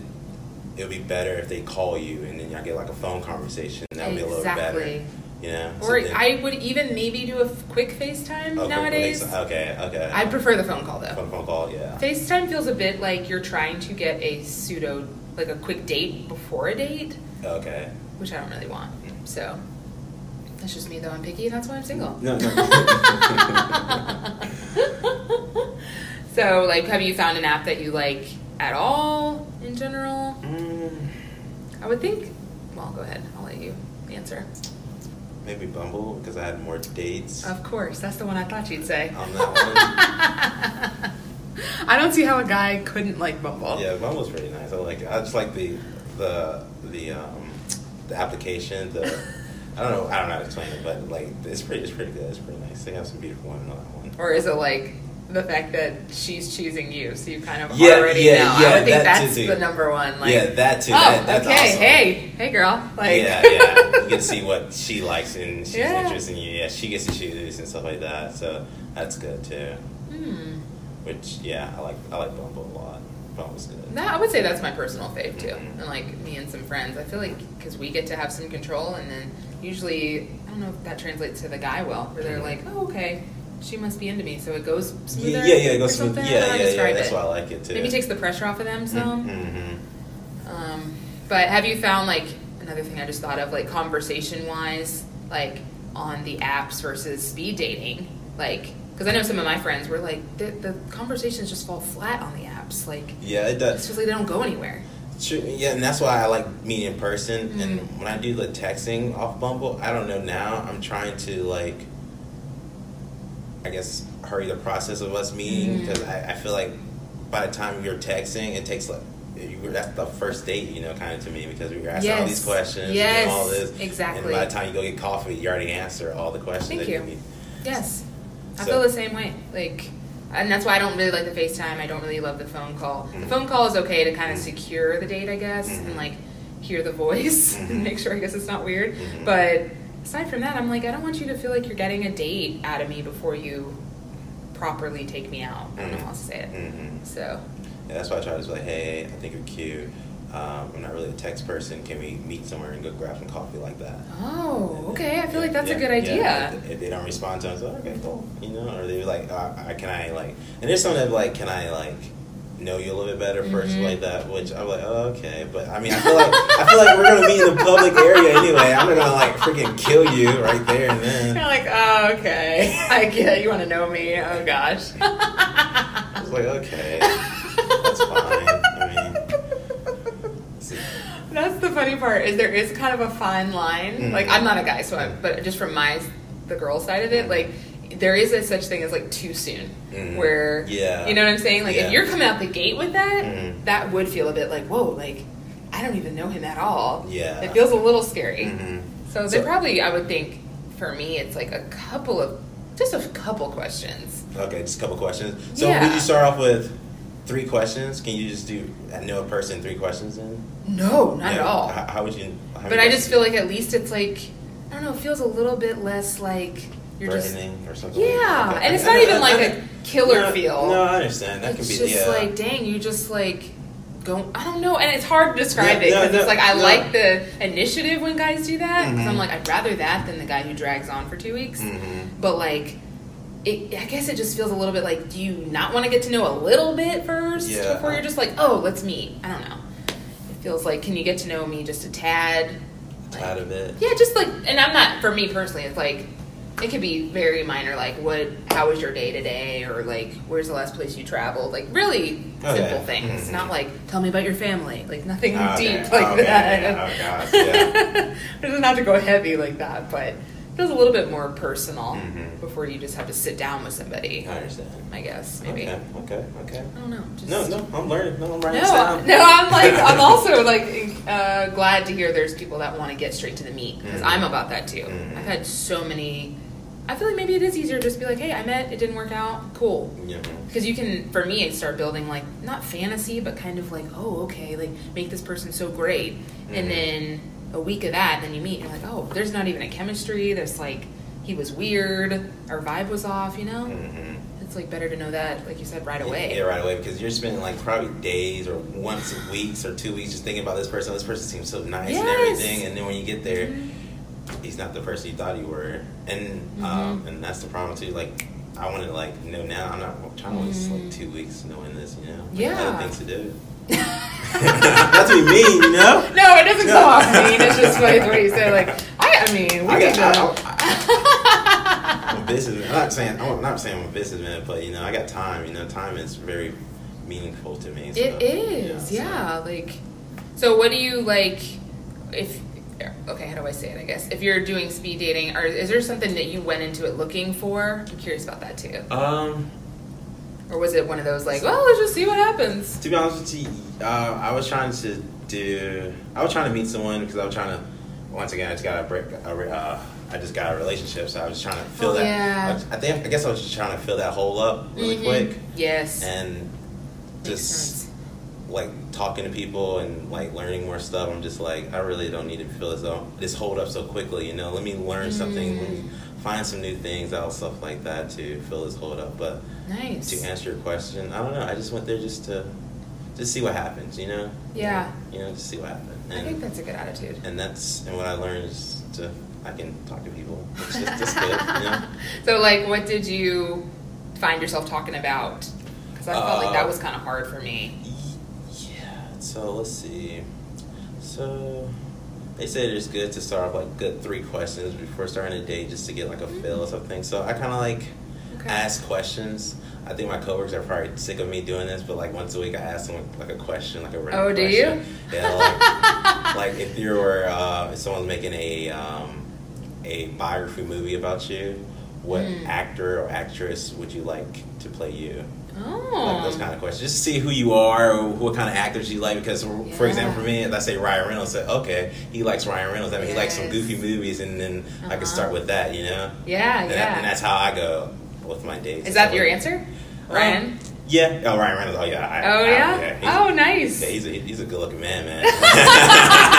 S2: It would be better if they call you and then y'all get like a phone conversation. That would be a little better.
S1: exactly.
S2: You know? So
S1: Or
S2: then-
S1: I would even maybe do a f- quick FaceTime
S2: okay,
S1: nowadays.
S2: Okay, okay.
S1: I prefer the phone call though.
S2: Oh, phone, phone call, yeah.
S1: FaceTime feels a bit like you're trying to get a pseudo, like a quick date before a date,
S2: Okay.
S1: which I don't really want. So that's just me though. I'm picky. That's why I'm single.
S2: No, no.
S1: so, like, have you found an app that you like at all in general?
S2: Mm,
S1: I would think. Well, go ahead. I'll let you answer.
S2: maybe Bumble because I had more dates
S1: Of course, that's the one I thought you'd say.
S2: on that
S1: I don't see how a guy couldn't like Bumble.
S2: one. yeah, Bumble's pretty nice. I like it. I just like the the the um the application. The I don't know. I don't know how to explain it, but like it's pretty. It's pretty good. It's pretty nice. They have some beautiful women on that one.
S1: Or is it like the fact that she's choosing you, so you kind of
S2: Yeah,
S1: already
S2: yeah,
S1: know?
S2: yeah,
S1: I would think
S2: that too,
S1: that's
S2: too.
S1: the number one. Like,
S2: yeah, that too.
S1: oh,
S2: that, that's
S1: okay,
S2: awesome.
S1: hey, hey, girl. Like,
S2: yeah, yeah. You get to see what she likes and she's
S1: Yeah.
S2: interested in you. Yeah, she gets to choose and stuff like that. So that's good too.
S1: Hmm.
S2: Which yeah, I like. I like Bumble a lot. Bumble's good.
S1: That I would say that's my personal fave too,
S2: Mhm.
S1: and like me and some friends. I feel like because we get to have some control, and then usually I don't know if that translates to the guy well, where they're
S2: Mhm.
S1: like, oh okay, she must be into me, so it goes smoother.
S2: Yeah, yeah, it
S1: or
S2: goes smooth.
S1: something. I don't know
S2: Yeah,
S1: how to
S2: yeah, yeah.
S1: describe
S2: That's
S1: it.
S2: why I like it too.
S1: Maybe takes the pressure off of them some.
S2: Mm-hmm.
S1: Um, but have you found like another thing I just thought of, like conversation wise, like on the apps versus speed dating, like because I know some of my friends were like the, the conversations just fall flat on the apps, like
S2: Yeah, it
S1: it's
S2: does.
S1: just like they don't go anywhere.
S2: True. Yeah, and that's why I like meeting in person.
S1: Mm.
S2: And when I do the texting off Bumble, I don't know now. I'm trying to like, I guess, hurry the process of us meeting
S1: Mm.
S2: because I, I feel like by the time you're texting, it takes like. You were, that's the first date, you know, kind of to me because we were asking all these
S1: Yes.
S2: questions and
S1: Yes,
S2: all this. And
S1: exactly.
S2: by the time you go get coffee, you already answer all the questions.
S1: Thank
S2: that
S1: you.
S2: need.
S1: Yes, I
S2: So-
S1: feel the same way. Like, and that's why I don't really like the FaceTime. I don't really love the phone call. The
S2: Mhm.
S1: phone call is okay to kind of
S2: Mhm.
S1: secure the date, I guess, and
S2: Mhm.
S1: like hear the voice
S2: Mhm.
S1: and make sure I guess it's not weird.
S2: Mhm.
S1: But aside from that, I'm like, I don't want you to feel like you're getting a date out of me before you properly take me out. I don't know how else to say it.
S2: Mhm.
S1: So,
S2: Yeah, that's why I try to just be like, hey, I think you're cute. Um, I'm not really a text person. Can we meet somewhere and go grab some coffee like that?
S1: oh, okay. I feel like that's
S2: Yeah,
S1: a good
S2: yeah.
S1: idea.
S2: If, if they don't respond to, us, like, okay, cool. You know, or they be like, uh, I- can I like? And there's some that like, can I like know you a little bit better 1st
S1: Mhm.
S2: like that? Which I'm like, oh, okay. But I mean, I feel like I feel like we're gonna meet in the public area anyway. I'm not gonna like freaking kill you right there and
S1: Kind
S2: then.
S1: of like, oh, okay. I get it. You want to know me? Oh gosh.
S2: I was like, okay, that's fine. I mean. it's a-
S1: That's the funny part is there is kind of a fine line.
S2: Mhm. Mm.
S1: Like I'm not a guy, so I, but just from my the girl side of it, like there is a such thing as like too soon,
S2: Mhm.
S1: where
S2: Yeah.
S1: you know what I'm saying. Like
S2: Yeah.
S1: if you're coming out the gate with that,
S2: Mhm.
S1: that would feel a bit like whoa, like I don't even know him at all.
S2: Yeah.
S1: it feels a little scary.
S2: Mhm.
S1: So they
S2: So-
S1: probably, I would think, for me, it's like a couple of just a couple questions.
S2: Okay, just a couple questions. So
S1: Yeah.
S2: would you start off with three questions? Can you just do I know a person three questions in?
S1: No, not at
S2: Yeah.
S1: all.
S2: How, how would you? How
S1: But I just feel like at least it's like I don't know. It feels a little bit less like you're just
S2: threatening or something.
S1: yeah,
S2: Okay.
S1: and it's
S2: I
S1: not
S2: know,
S1: even
S2: that's
S1: like a killer
S2: no,
S1: feel.
S2: No, I understand.
S1: it's
S2: That could be uh,
S1: just
S2: yeah.
S1: like dang, you just like go. I don't know, and it's hard to describe
S2: No,
S1: it
S2: no,
S1: because it's
S2: no,
S1: like I
S2: no.
S1: like the initiative when guys do that. 'cause I'm
S2: Mhm.
S1: like I'd rather that than the guy who drags on for two weeks.
S2: Mhm.
S1: But like, it, I guess it just feels a little bit like do you not want to get to know a little bit first
S2: Yeah.
S1: before you're just like oh let's meet. I don't know. It feels like can you get to know me just a tad? Like,
S2: out of it.
S1: yeah, just like, and I'm not for me personally. It's like it could be very minor, like what, how was your day today, or like where's the last place you traveled, like really
S2: Oh,
S1: simple
S2: yeah.
S1: things.
S2: Mhm.
S1: Not like tell me about your family, like nothing
S2: Oh, okay.
S1: deep like
S2: Oh, okay.
S1: that.
S2: Oh, God, yeah.
S1: it doesn't have to go heavy like that, but it feels a little bit more personal
S2: Mhm.
S1: before you just have to sit down with somebody.
S2: I understand.
S1: I guess maybe
S2: Okay. Okay. Okay.
S1: I don't know. Just,
S2: No, no, I'm learning. No, I'm writing this
S1: no,
S2: down.
S1: no, I'm like, I'm also like uh, glad to hear there's people that want to get straight to the meat because
S2: Mhm.
S1: I'm about that too.
S2: Mhm.
S1: I've had so many. I feel like maybe it is easier to just be like, hey, I met, it didn't work out, cool.
S2: Yeah.
S1: Because you can, for me, start building like not fantasy, but kind of like, oh, okay, like make this person so great, and
S2: Mhm.
S1: then a week of that, and then you meet, and you're like, oh, there's not even a chemistry. There's like, he was weird, our vibe was off, you know.
S2: Mhm.
S1: It's like better to know that, like you said, right away.
S2: Yeah, right away because you're spending like probably days or once a weeks or two weeks just thinking about this person. This person seems so nice and
S1: Yes.
S2: everything, and then when you get there,
S1: Mm-hmm.
S2: he's not the person you thought you were, and
S1: Mm-hmm.
S2: um, and that's the problem too. Like I want to like know now. I'm not trying to waste
S1: Mhm.
S2: like two weeks knowing this. You know,
S1: Yeah.
S2: other things to do. that's what you mean, you know.
S1: No, it doesn't
S2: No.
S1: come off mean. It's just like what you said. Like I, I mean, we
S2: I
S1: can
S2: got-
S1: go.
S2: I'm a businessman. I'm not saying I'm not saying I'm a businessman, but you know I got time. You know, time is very meaningful to me. so,
S1: It is,
S2: so-
S1: yeah. Like, so what do you like? If okay, how do I say it? I guess if you're doing speed dating, or is there something that you went into it looking for? I'm curious about that too.
S2: Um.
S1: Or was it one of those like, well, let's just see what happens?
S2: To be honest with you, uh, I was trying to do. I was trying to meet someone because I was trying to. Once again, I just got a break. A, re- uh, I just got a relationship, so I was trying to fill
S1: Oh,
S2: that.
S1: yeah.
S2: I, was- I think I guess I was just trying to fill that hole up really
S1: Mhm.
S2: quick
S1: Yes.
S2: and
S1: Makes
S2: just
S1: sense.
S2: like talking to people and like learning more stuff. I'm just like I really don't need to fill this up, this hold up so quickly. You know, let me learn something, let me
S1: Mm.
S2: find some new things out, stuff like that to fill this hold up. But to
S1: nice.
S2: answer your question, I don't know. I just went there just to just see what happens, you know.
S1: Yeah.
S2: You know, just see what happens.
S1: I think
S2: And
S1: that's a good attitude.
S2: and that's and what I learned is to I can talk to people. It's just that's good, you know.
S1: So, like, what did you find yourself talking about? Because I felt like that
S2: Uh,
S1: was kind of hard for me.
S2: Yeah. So let's see. So they said it's good to start off like good three questions before starting a date just to get like a feel or something. So I kind of like
S1: Mm-hmm. Okay.
S2: ask questions. I think my coworkers are probably sick of me doing this, but like once a week I ask them like a question, like a random
S1: Oh, do you?
S2: question. Yeah, like, like if you were uh, if someone's making a um, a biography movie about you, what
S1: Mm.
S2: actor or actress would you like to play you?
S1: Oh.
S2: like those kind of questions. Just to see who you are, or what kind of actors you like. Because, for example, for me, let's say Ryan Reynolds said, okay, he likes Ryan Reynolds. I mean, he likes some
S1: Yes.
S2: goofy movies, and then I
S1: Uh-huh.
S2: could start with that, you know?
S1: yeah,
S2: And, that-
S1: yeah.
S2: and that's how I go with my dates.
S1: Is that
S2: So,
S1: your answer,
S2: Um,
S1: Ryan?
S2: Yeah. Oh, Ryan Reynolds. Oh, yeah. I,
S1: oh
S2: I-
S1: yeah.
S2: he's-
S1: oh nice.
S2: yeah, he's a, he's a good looking man, man.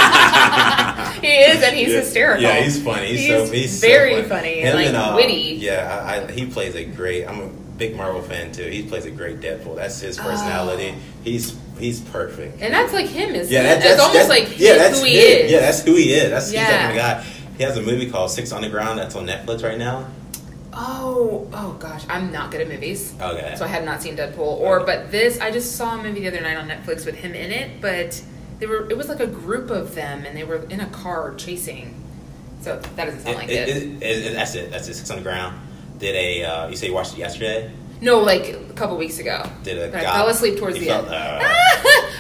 S1: he is, and he's
S2: Yeah.
S1: hysterical.
S2: Yeah, he's funny. He's, so,
S1: He's
S2: he's so
S1: very
S2: funny,
S1: funny
S2: Him
S1: and, like,
S2: uh,
S1: witty.
S2: Yeah, I, I, he plays a great. I'm a big Marvel fan too. He plays a great Deadpool. That's his personality.
S1: Oh.
S2: He's he's perfect.
S1: and that's like him. Is yeah,
S2: Yeah, that,
S1: that's,
S2: that's
S1: almost
S2: that's-
S1: like
S2: yeah,
S1: his-
S2: that's
S1: who he
S2: it.
S1: is.
S2: Yeah, that's who he is. That's he's
S1: Yeah.
S2: that kind of guy. He has a movie called Six Underground that's on Netflix right now.
S1: oh, oh gosh, I'm not good at movies,
S2: Okay.
S1: so I have not seen Deadpool or.
S2: Okay.
S1: But this, I just saw a movie the other night on Netflix with him in it. But they were, it was like a group of them, and they were in a car chasing. So that doesn't sound like it.
S2: it, it, it- it- that's it. That's it. Six Underground did a. Uh, you say you watched it yesterday?
S1: No, like a couple weeks ago.
S2: Did a
S1: But I
S2: guy-
S1: fell asleep towards
S2: you
S1: the
S2: felt-
S1: end.
S2: uh,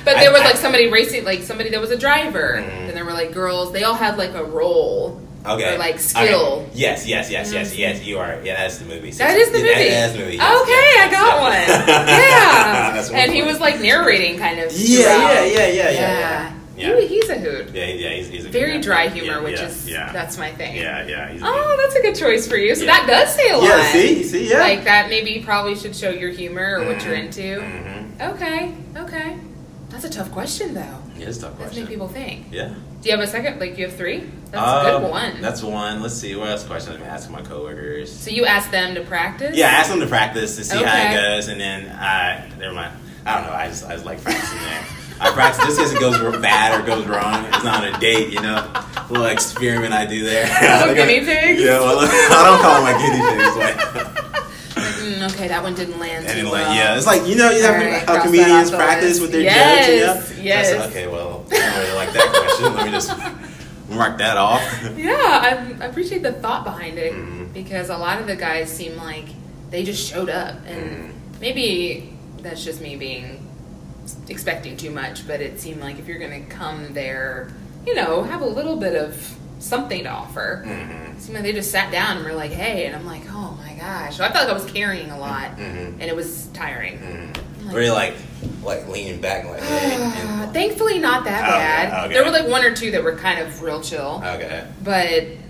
S1: but there
S2: I-
S1: was
S2: I-
S1: like somebody racing, like somebody that was a driver.
S2: Mhm.
S1: Then there were like girls. They all had like a role,
S2: Okay.
S3: Or, like, skill.
S2: Okay. Yes, yes, yes, yes, yes. You are. Yeah, that's the movie.
S1: That is the
S2: Yeah,
S1: movie.
S2: That is the movie.
S1: Okay,
S2: yes,
S1: I
S2: yes,
S1: got
S2: yes.
S1: one. Yeah.
S2: That's what
S1: and he
S2: I'm
S1: was like narrating kind of.
S2: Yeah, yeah,
S1: throughout.
S2: yeah, yeah, yeah, yeah.
S1: He, he's a hoot.
S2: Yeah, yeah, he's, he's a good
S1: Very
S2: actor.
S1: dry humor,
S2: Yeah,
S1: which
S2: yeah,
S1: is
S2: yeah,
S1: that's my thing.
S2: yeah, yeah. He's a
S1: Oh, that's a good choice for you. So
S2: Yeah.
S1: that does say a lot.
S2: good- yeah. See, see, yeah.
S1: Like that, maybe you probably should show your humor or what you're
S2: Mhm,
S1: into.
S2: mhm.
S1: Okay, okay. That's a tough question, though.
S2: Yeah, it's a tough
S1: That's make
S2: question.
S1: people think.
S2: Yeah.
S1: Do you have a second? Like you have three? That's a
S2: Um,
S1: good one.
S2: That's one. Let's see. What else questions I'm asking my coworkers?
S1: so you asked them to practice?
S2: Yeah, I asked them to practice to see how
S1: Okay.
S2: it goes, and then I never mind. I don't know. I just I just like practicing that. I practice just because it goes r- bad or goes wrong. It's not a date, you know. Little experiment I do there.
S1: Little guinea pigs?
S2: Yeah, well, I don't call them my guinea pigs. Like,
S1: Mm, okay, that one didn't land.
S2: and
S1: too
S2: then like
S1: well.
S2: yeah, it's like you know you have
S1: All right, cross
S2: how
S1: that
S2: comedians
S1: off the
S2: practice
S1: list.
S2: with their
S1: Yes,
S2: judge. Yeah.
S1: yes.
S2: I said, okay, well, I don't really like that question. Let me just mark that off.
S1: Yeah, I, I appreciate the thought behind it
S2: Mhm.
S1: because a lot of the guys seem like they just showed up, and
S2: Mm-hmm.
S1: maybe that's just me being expecting too much. But it seemed like if you're going to come there, you know, have a little bit of something to offer.
S2: Mm-hmm.
S1: It seemed like they just sat down and were like, "Hey," and I'm like, "Oh my gosh!" So I felt like I was carrying a lot,
S2: Mm-hmm.
S1: and it was tiring.
S2: Mm-hmm. Really like like leaning back like hey, and,
S1: Thankfully, not that
S2: Okay,
S1: bad.
S2: Mm-hmm. Oh, okay.
S1: There were like one or two that were kind of real chill.
S2: Okay.
S1: but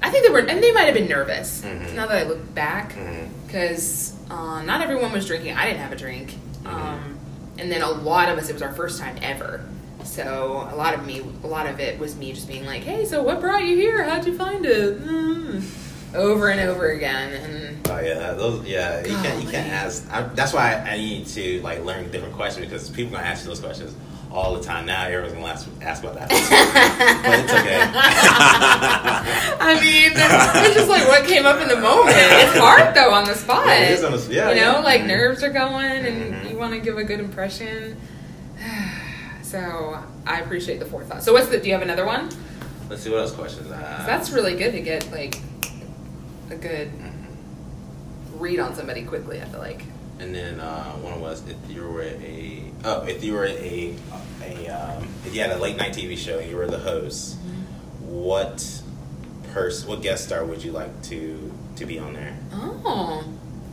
S1: I think they were, and they might have been nervous.
S2: Mhm.
S1: Now that I look back,
S2: Mhm.
S1: because uh, not everyone was drinking. I didn't have a drink,
S2: Mm-hmm.
S1: um, and then a lot of us. It was our first time ever, so a lot of me, a lot of it was me just being like, "Hey, so what brought you here? How'd you find it?" Mm. Over and over again, and
S2: Oh yeah, those yeah. You can't you can't
S1: Golly.
S2: ask. I, that's why I need to like learn different questions because people gonna ask you those questions all the time. Now everyone's gonna ask, ask about that, but it's okay.
S1: I mean, it's just like what came up in the moment. It's hard though on the spot.
S2: Yeah, it is on the s- yeah,
S1: you know,
S2: yeah.
S1: like
S2: Mhm.
S1: nerves are going, and
S2: Mhm.
S1: you want to give a good impression. So I appreciate the forethought. So what's the? Do you have another one? 'Cause
S2: Let's see what else questions. Uh,
S1: that's really good to get like a good
S2: Mm-hmm.
S1: read on somebody quickly. I feel like.
S2: and then uh, one was if you were a oh if you were a a um, if you had a late night TV show and you were the host, what person what guest star would you like to to be on there?
S1: Oh,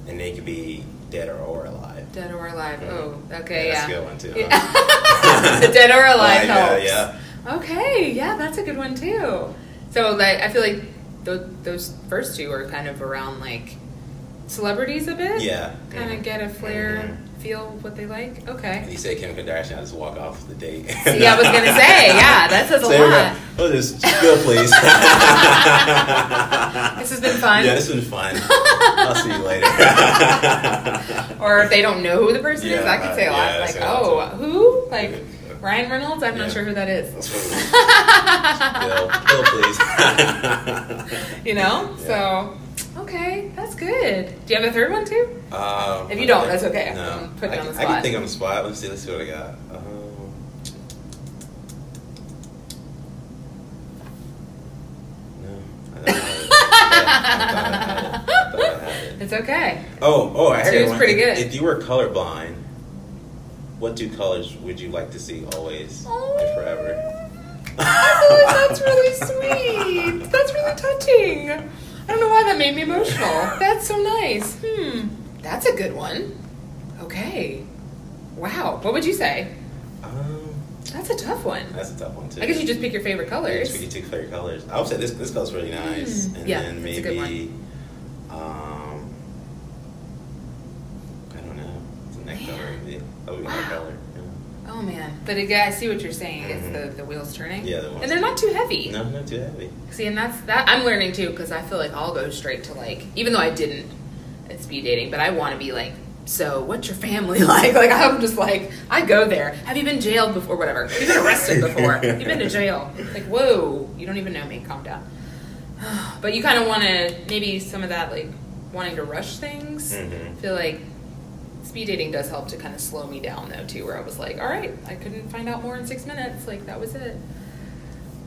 S2: And they could be dead or, or alive.
S1: dead or alive.
S2: Mhm.
S1: Oh, okay,
S2: that's
S1: yeah.
S2: a good one too. huh?
S1: Yeah. the dead or alive
S2: yeah,
S1: helps.
S2: yeah.
S1: Okay, yeah, that's a good one too. So like, I feel like th- those first two are kind of around like celebrities a bit.
S2: Yeah.
S1: Kind of
S2: Mhm.
S1: get a flair, feel what they like.
S2: If
S1: Okay.
S2: you say Kim Kardashian, I just walk off the date.
S1: See, I was gonna say, yeah, that says a
S2: Say,
S1: lot.
S2: Oh, just go, please. this
S1: This has been fun.
S2: Yeah, this has been fun. I'll see you later.
S1: Or if they don't know who the person is,
S2: Yeah,
S1: that could say a
S2: uh,
S1: lot.
S2: yeah,
S1: like,
S2: that's a
S1: oh,
S2: lot
S1: who? Like
S2: Yeah.
S1: Ryan Reynolds? I'm not
S2: Yeah.
S1: sure who that is.
S2: Bill, Bill, please.
S1: you know?
S2: Yeah.
S1: So, okay, that's good. Do you have a third one too?
S2: um,
S1: If you don't, that's okay.
S2: No,
S1: I'm putting
S2: I,
S1: you on
S2: can-
S1: the
S2: I
S1: spot.
S2: can think on the spot. Let's see. Let's see what I got. Um, no, I don't have it. Yeah, I thought I had it. I thought I had it.
S1: It's okay.
S2: Oh, oh, I
S1: Two
S2: heard
S1: is
S2: one.
S1: pretty
S2: If-
S1: good.
S2: If you were colorblind, what two colors would you like to see always
S1: Oh.
S2: and forever?
S1: I feel like Oh, that's really sweet. That's really touching. I don't know why that made me emotional. That's so nice. Hmm. That's a good one. Okay. Wow. What would you say?
S2: Um,
S1: That's a tough one.
S2: that's a tough one too.
S1: I guess you just pick your favorite
S2: Yeah,
S1: colors.
S2: just pick your two favorite colors. I would say this this color's really nice,
S1: Mm,
S2: and
S1: yeah,
S2: then
S1: that's a
S2: maybe
S1: good
S2: um, I don't know. The next color would be that would be my
S1: Wow.
S2: color.
S1: Oh man. But again, I see what you're saying. It's
S2: Mhm.
S1: the, the wheels turning.
S2: Yeah, the ones-
S1: And they're not too heavy.
S2: No, not too heavy.
S1: See, and that's that I'm learning too because I feel like I'll go straight to like, even though I didn't at speed dating, but I want to be like, so what's your family like? Like I'm just like, I go there. Have you been jailed before? Whatever. Have you been arrested before? Have you been to jail? Like, whoa, you don't even know me. Calm down. But you kind of want to maybe some of that like wanting to rush things.
S2: Mhm.
S1: feel like speed dating does help to kind of slow me down though too, where I was like, all right, I couldn't find out more in six minutes. Like that was it.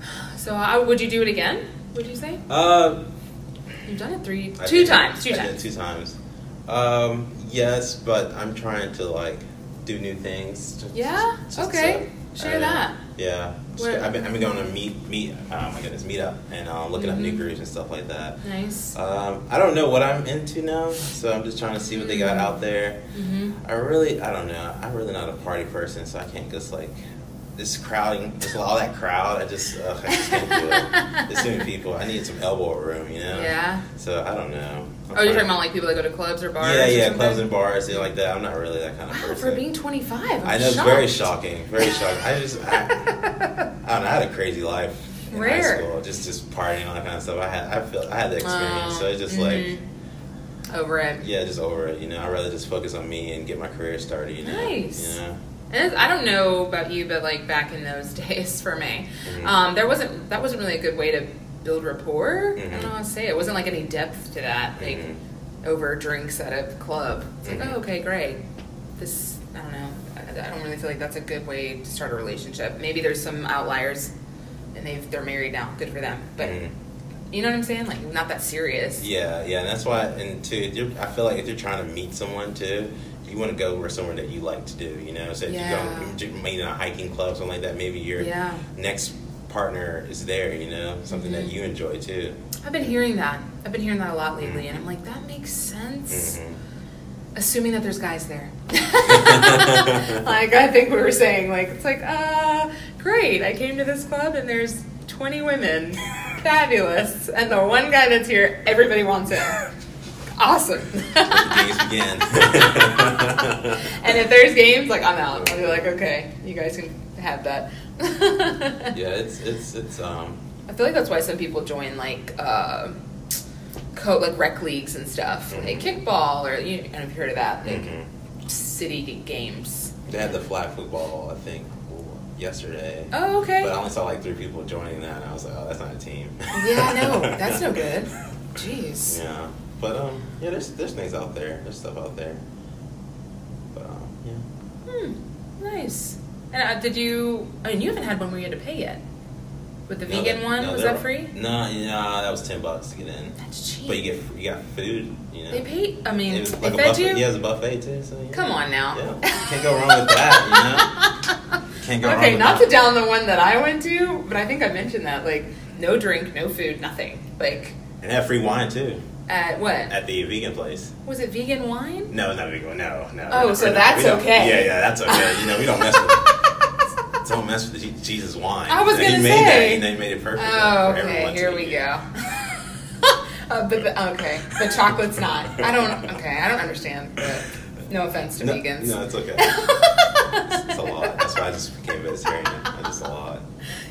S1: So I, would you do it again? Would you say
S2: Uh,
S1: you've done it three,
S2: I
S1: two
S2: did-
S1: times, two
S2: I did
S1: times?
S2: Two times. Um, yes, but I'm trying to like do new things.
S1: Yeah.
S2: Just- just
S1: Okay.
S2: to-
S1: Share
S2: uh,
S1: that.
S2: Yeah, Just-
S1: Where-
S2: I've been, I've been going to meet meet. Oh my goodness, meet up and um, looking up new
S1: Mhm.
S2: groups and stuff like that.
S1: Nice.
S2: Um, I don't know what I'm into now, so I'm just trying to see what they
S1: Mm.
S2: got out there.
S1: hmm
S2: I really, I don't know. I'm really not a party person, so I can't just like this crowding, just all that crowd. I just, uh, I just can't do it. There's too many people. I need some elbow room, you know.
S1: Yeah.
S2: So I don't know.
S1: Oh,
S2: I'm
S1: you're talking
S2: kinda-
S1: about like people that go to clubs or bars?
S2: Yeah,
S1: or
S2: yeah,
S1: something?
S2: clubs and bars, yeah, like that. I'm not really that kind of
S1: Wow,
S2: person.
S1: for being 25, I'm
S2: I know it's very shocking, very shocking. I just, I,
S1: shocking.
S2: I don't know, I had a crazy life in
S1: Rare.
S2: high school, just just partying and all that kind of stuff. I had, I feel, I had the experience,
S1: Oh,
S2: so it's just like,
S1: Mm-hmm. over it.
S2: yeah, just over it. You know, I'd rather just focus on me and get my career started. You know,
S1: Nice.
S2: You know?
S1: And it's- I don't know about you, but like back in those days for me,
S2: Mhm.
S1: um, there wasn't that wasn't really a good way to build rapport. I
S2: Mhm.
S1: don't know how to say it. it wasn't like any depth to that. Like
S2: Mhm.
S1: over drinks at a club, it's like
S2: Mhm.
S1: oh okay great. This I don't know. I, I don't really feel like that's a good way to start a relationship. Maybe there's some outliers, and they've they're married now. Good for them. But
S2: Mhm.
S1: you know what I'm saying? Like not that serious.
S2: Yeah, yeah, and that's why. And too, if you're, I feel like if you're trying to meet someone too, you want to go where somewhere that you like to do. You know, so if
S1: Yeah.
S2: you go maybe in a hiking club, something like that. Maybe your
S1: Yeah.
S2: next partner is there. You know, something
S1: Mhm.
S2: that you enjoy too.
S1: I've been hearing that. I've been hearing that a lot lately, and I'm like, that makes sense.
S2: Mhm.
S1: Assuming that there's guys there. like I think we were saying, like it's like, ah, great. I came to this club and there's 20 women, fabulous, and the one guy that's here, everybody wants him. Awesome.
S2: games begin.
S1: and if there's games, like I'm out. I'll be like, okay, you guys can have that.
S2: Yeah, it's it's it's um.
S1: I feel like that's why some people join like uh, co- like rec leagues and stuff, like
S2: Mm-hmm.
S1: kickball or you and I've heard of that, like
S2: mhm.
S1: city g- games.
S2: They had the flag football, I think, yesterday.
S1: Oh, okay.
S2: But I only saw like three people joining that, and I was like, oh, that's not a team.
S1: yeah, I know. That's no good. Jeez.
S2: Yeah, but um, yeah, there's there's things out there. There's stuff out there. But um, yeah.
S1: Hmm. Nice. And uh, did you? I mean, you haven't had one where you had to pay yet. With the
S2: No,
S1: vegan
S2: that-
S1: one,
S2: no,
S1: was
S2: there-
S1: that free?
S2: No, yeah, that was ten bucks to get in.
S1: That's cheap.
S2: But you get you got food. You know.
S1: They paid. I mean,
S2: It was
S1: they
S2: like a
S1: fed
S2: buffet.
S1: you.
S2: Yeah, it was a buffet too. So yeah.
S1: Come on now.
S2: Yeah, can't go wrong with that. You know, can't go wrong.
S1: Okay,
S2: with
S1: not
S2: that.
S1: to down the one that I went to, but I think I mentioned that. Like, no drink, no food, nothing. Like,
S2: And they have free wine too
S1: at what?
S2: at the vegan place.
S1: was it vegan wine?
S2: No, not vegan. No, no.
S1: Oh,
S2: We're
S1: so
S2: not-
S1: that's
S2: we don't-
S1: okay.
S2: Yeah, yeah, that's okay. You know, we don't mess with don't mess with the Je- Jesus wine.
S1: I was
S2: You know,
S1: gonna
S2: he made
S1: say.
S2: That, you know, he made it perfect.
S1: Oh,
S2: for
S1: okay.
S2: everyone to
S1: Here we
S2: eat.
S1: go. uh, but the, okay, the chocolate's not. I don't. Okay, I don't understand. But no offense to
S2: No,
S1: vegans.
S2: No, it's okay. it's, it's a lot. That's why I just became vegetarian. It's just a lot.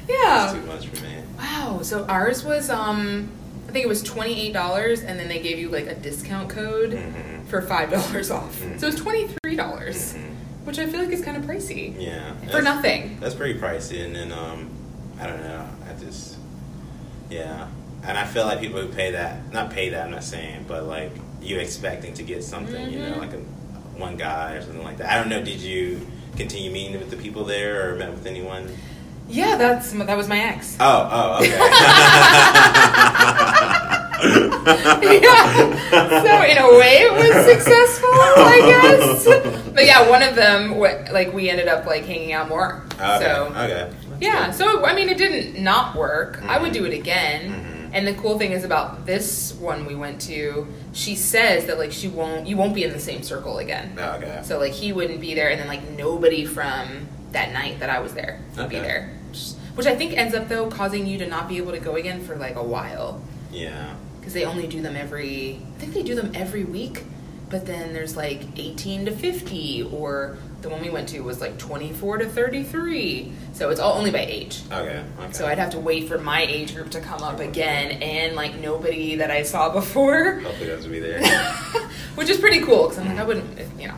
S1: yeah.
S2: It's too much for me.
S1: Wow. So ours was um I think it was twenty eight dollars and then they gave you like a discount code
S2: Mhm.
S1: for five dollars off.
S2: Mhm.
S1: So it was twenty three dollars,
S2: Mhm.
S1: which I feel like is kind of pricey
S2: Yeah.
S1: for
S2: that's-
S1: nothing.
S2: That's pretty pricey, and then um, I don't know. I just, yeah, and I feel like people who pay that, not pay that. I'm not saying, but like you expecting to get something, you know,
S1: Mhm.
S2: like a one guy or something like that. I don't know. Did you continue meeting with the people there or met with anyone?
S1: Yeah, that's that was my ex.
S2: Oh, oh, okay.
S1: yeah. So in a way, it was successful, I guess. But yeah, one of them, wa- like we ended up like hanging out more.
S2: okay.
S1: so
S2: okay. That's
S1: Yeah,
S2: good.
S1: so I mean, it didn't not work. I would
S2: Mhm.
S1: do it again.
S2: Mhm.
S1: And the cool thing is about this one we went to, she says that like she won't, you won't be in the same circle again.
S2: Oh, okay.
S1: So like he wouldn't be there, and then like nobody from that night that I was there would be
S2: Okay.
S1: there, Just- which I think ends up though causing you to not be able to go again for like a while
S2: yeah.
S1: because they only do them every. I think they do them every week, but then there's like 18 to 50, or the one we went to was like 24 to 33. So it's all only by age.
S2: Okay. Okay.
S1: So I'd have to wait for my age group to come up again, and like nobody that I saw before,
S2: Hopefully, those will be there.
S1: which is pretty cool because I'm like I wouldn't, if, you know.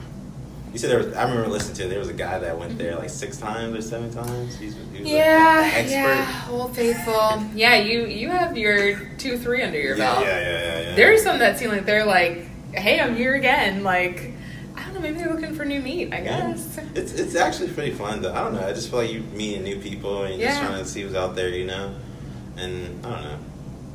S2: You said there was, I remember listening to it. There was a guy that went there like six times or seven times. He's, he was
S1: Yeah,
S2: an expert.
S1: yeah, Old Faithful. yeah, you you have your two three under your
S2: yeah, yeah,
S1: belt.
S2: yeah, yeah.
S1: There are some that seem like they're like, hey, I'm here again. Like, I don't know, maybe they're looking for new meat. I
S2: Yeah.
S1: guess.
S2: It's it's actually pretty fun though. I don't know. I just feel like you meeting new people and you're just
S1: Yeah.
S2: trying to see who's out there, you know. And I don't know,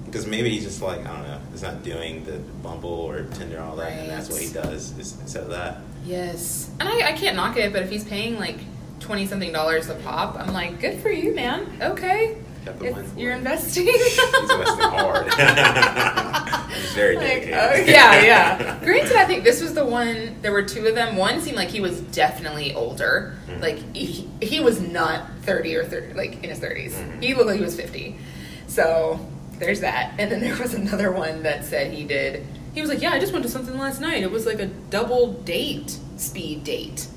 S2: because maybe he's just like I don't know. He's not doing the Bumble or Tinder all that, and that's what he
S1: Right.
S2: does is- instead of that.
S1: Yes, and I, I can't knock it, but if he's paying like twenty something dollars a pop. I'm like, good for you, man. Okay,
S2: Got the money
S1: it's,
S2: for
S1: you're
S2: it.
S1: investing.
S2: He's investing hard. He's very
S1: Like,
S2: dedicated.
S1: oh, yeah, yeah. Granted, I think this was the one. There were two of them. One seemed like he was definitely older.
S2: Mhm.
S1: Like he, he was not thirty or thirty, like in his 30s
S2: Mhm.
S1: He looked like he was fifty. So there's that. And then there was another one that said he did. He was like, yeah, I just went to something last night. It was like a double date, speed date.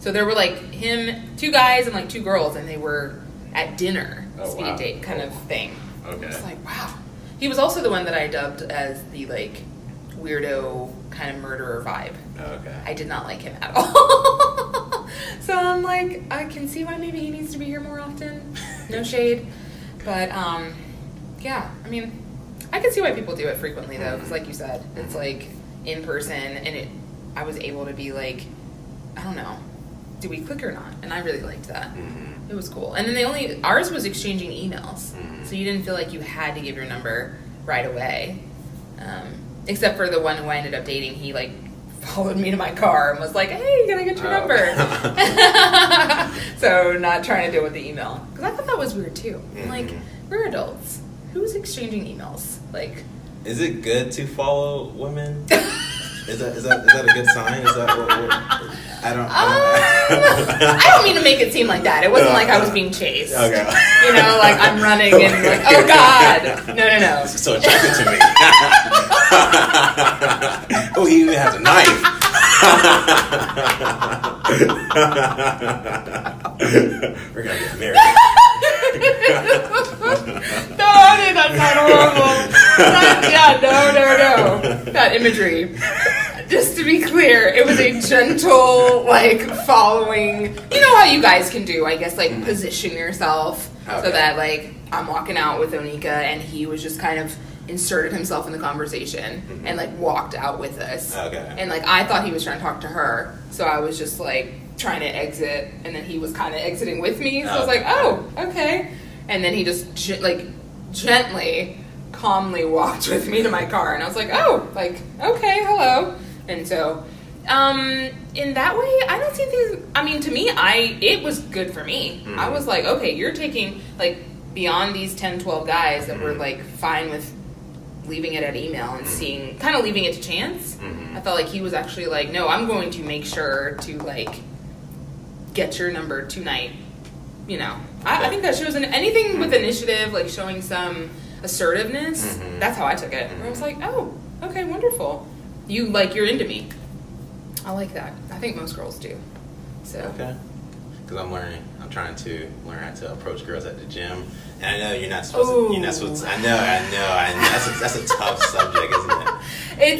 S1: So there were like him, two guys and like two girls, and they were at dinner,
S2: Oh,
S1: speed
S2: wow.
S1: date kind
S2: Oh.
S1: of thing.
S2: Okay.
S1: It's like, wow. He was also the one that I dubbed as the like weirdo kind of murderer vibe.
S2: okay.
S1: I did not like him at all. so I'm like, I can see why maybe he needs to be here more often. No shade. But um yeah, I mean, I can see why people do it frequently though cuz like you said, it's like in person and it I was able to be like I don't know. Do we click or not? And I really liked that.
S2: Mhm.
S1: It was cool. And then they only ours was exchanging emails,
S2: Mhm.
S1: so you didn't feel like you had to give your number right away. Um, except for the one who I ended up dating, he like followed me to my car and was like, "Hey, can I get your
S2: Oh.
S1: number?" so not trying to deal with the email because I thought that was weird too. I'm Like
S2: Mhm.
S1: we're adults, who's exchanging emails? Like
S2: Is it good to follow women? Is that is that is that a good sign? Is that what, what I don't.
S1: Um, I don't mean to make it seem like that. It wasn't like I was being chased.
S2: Okay.
S1: You know, like I'm running and like, oh God. No, no, no.
S2: This is so attractive to me. oh, he even has a knife. We're gonna get married.
S1: no, I mean, that's not horrible. That- yeah, no, no, no. That imagery. Just to be clear, it was a gentle, like, following. You know how you guys can do, I guess, like, position yourself
S2: Mm. Okay.
S1: so that, like, I'm walking out with Onika and he was just kind of inserted himself in the conversation and, like, walked out with us.
S2: Mm-hmm. Okay.
S1: And, like, I thought he was trying to talk to her, so I was just, like, trying to exit, and then he was kind of exiting with me, so I was like, oh, okay. And then he just ge- like gently, calmly walked with me to my car, and I was like, oh, like okay, hello. And so, um, in that way, I don't see things. I mean, to me, I it was good for me. I was like, okay, you're taking like beyond these 10, 12 guys that were like fine with leaving it at email and seeing kind of leaving it to chance. I felt like he was actually like, no, I'm going to make sure to like get your number tonight. You know, I, I think that shows an, anything with initiative, like showing some assertiveness.
S2: Mhm.
S1: That's how I took it. Where I was like,
S2: Mm-hmm.
S1: oh, okay, wonderful. You like you're into me. I like that. I think most girls do. So
S2: Okay. Because I'm learning, I'm trying to learn how to approach girls at the gym, and I know you're not supposed. To, you're
S1: Ooh.
S2: not supposed. To, I know, I know, I know. That's a, that's a tough subject, isn't it?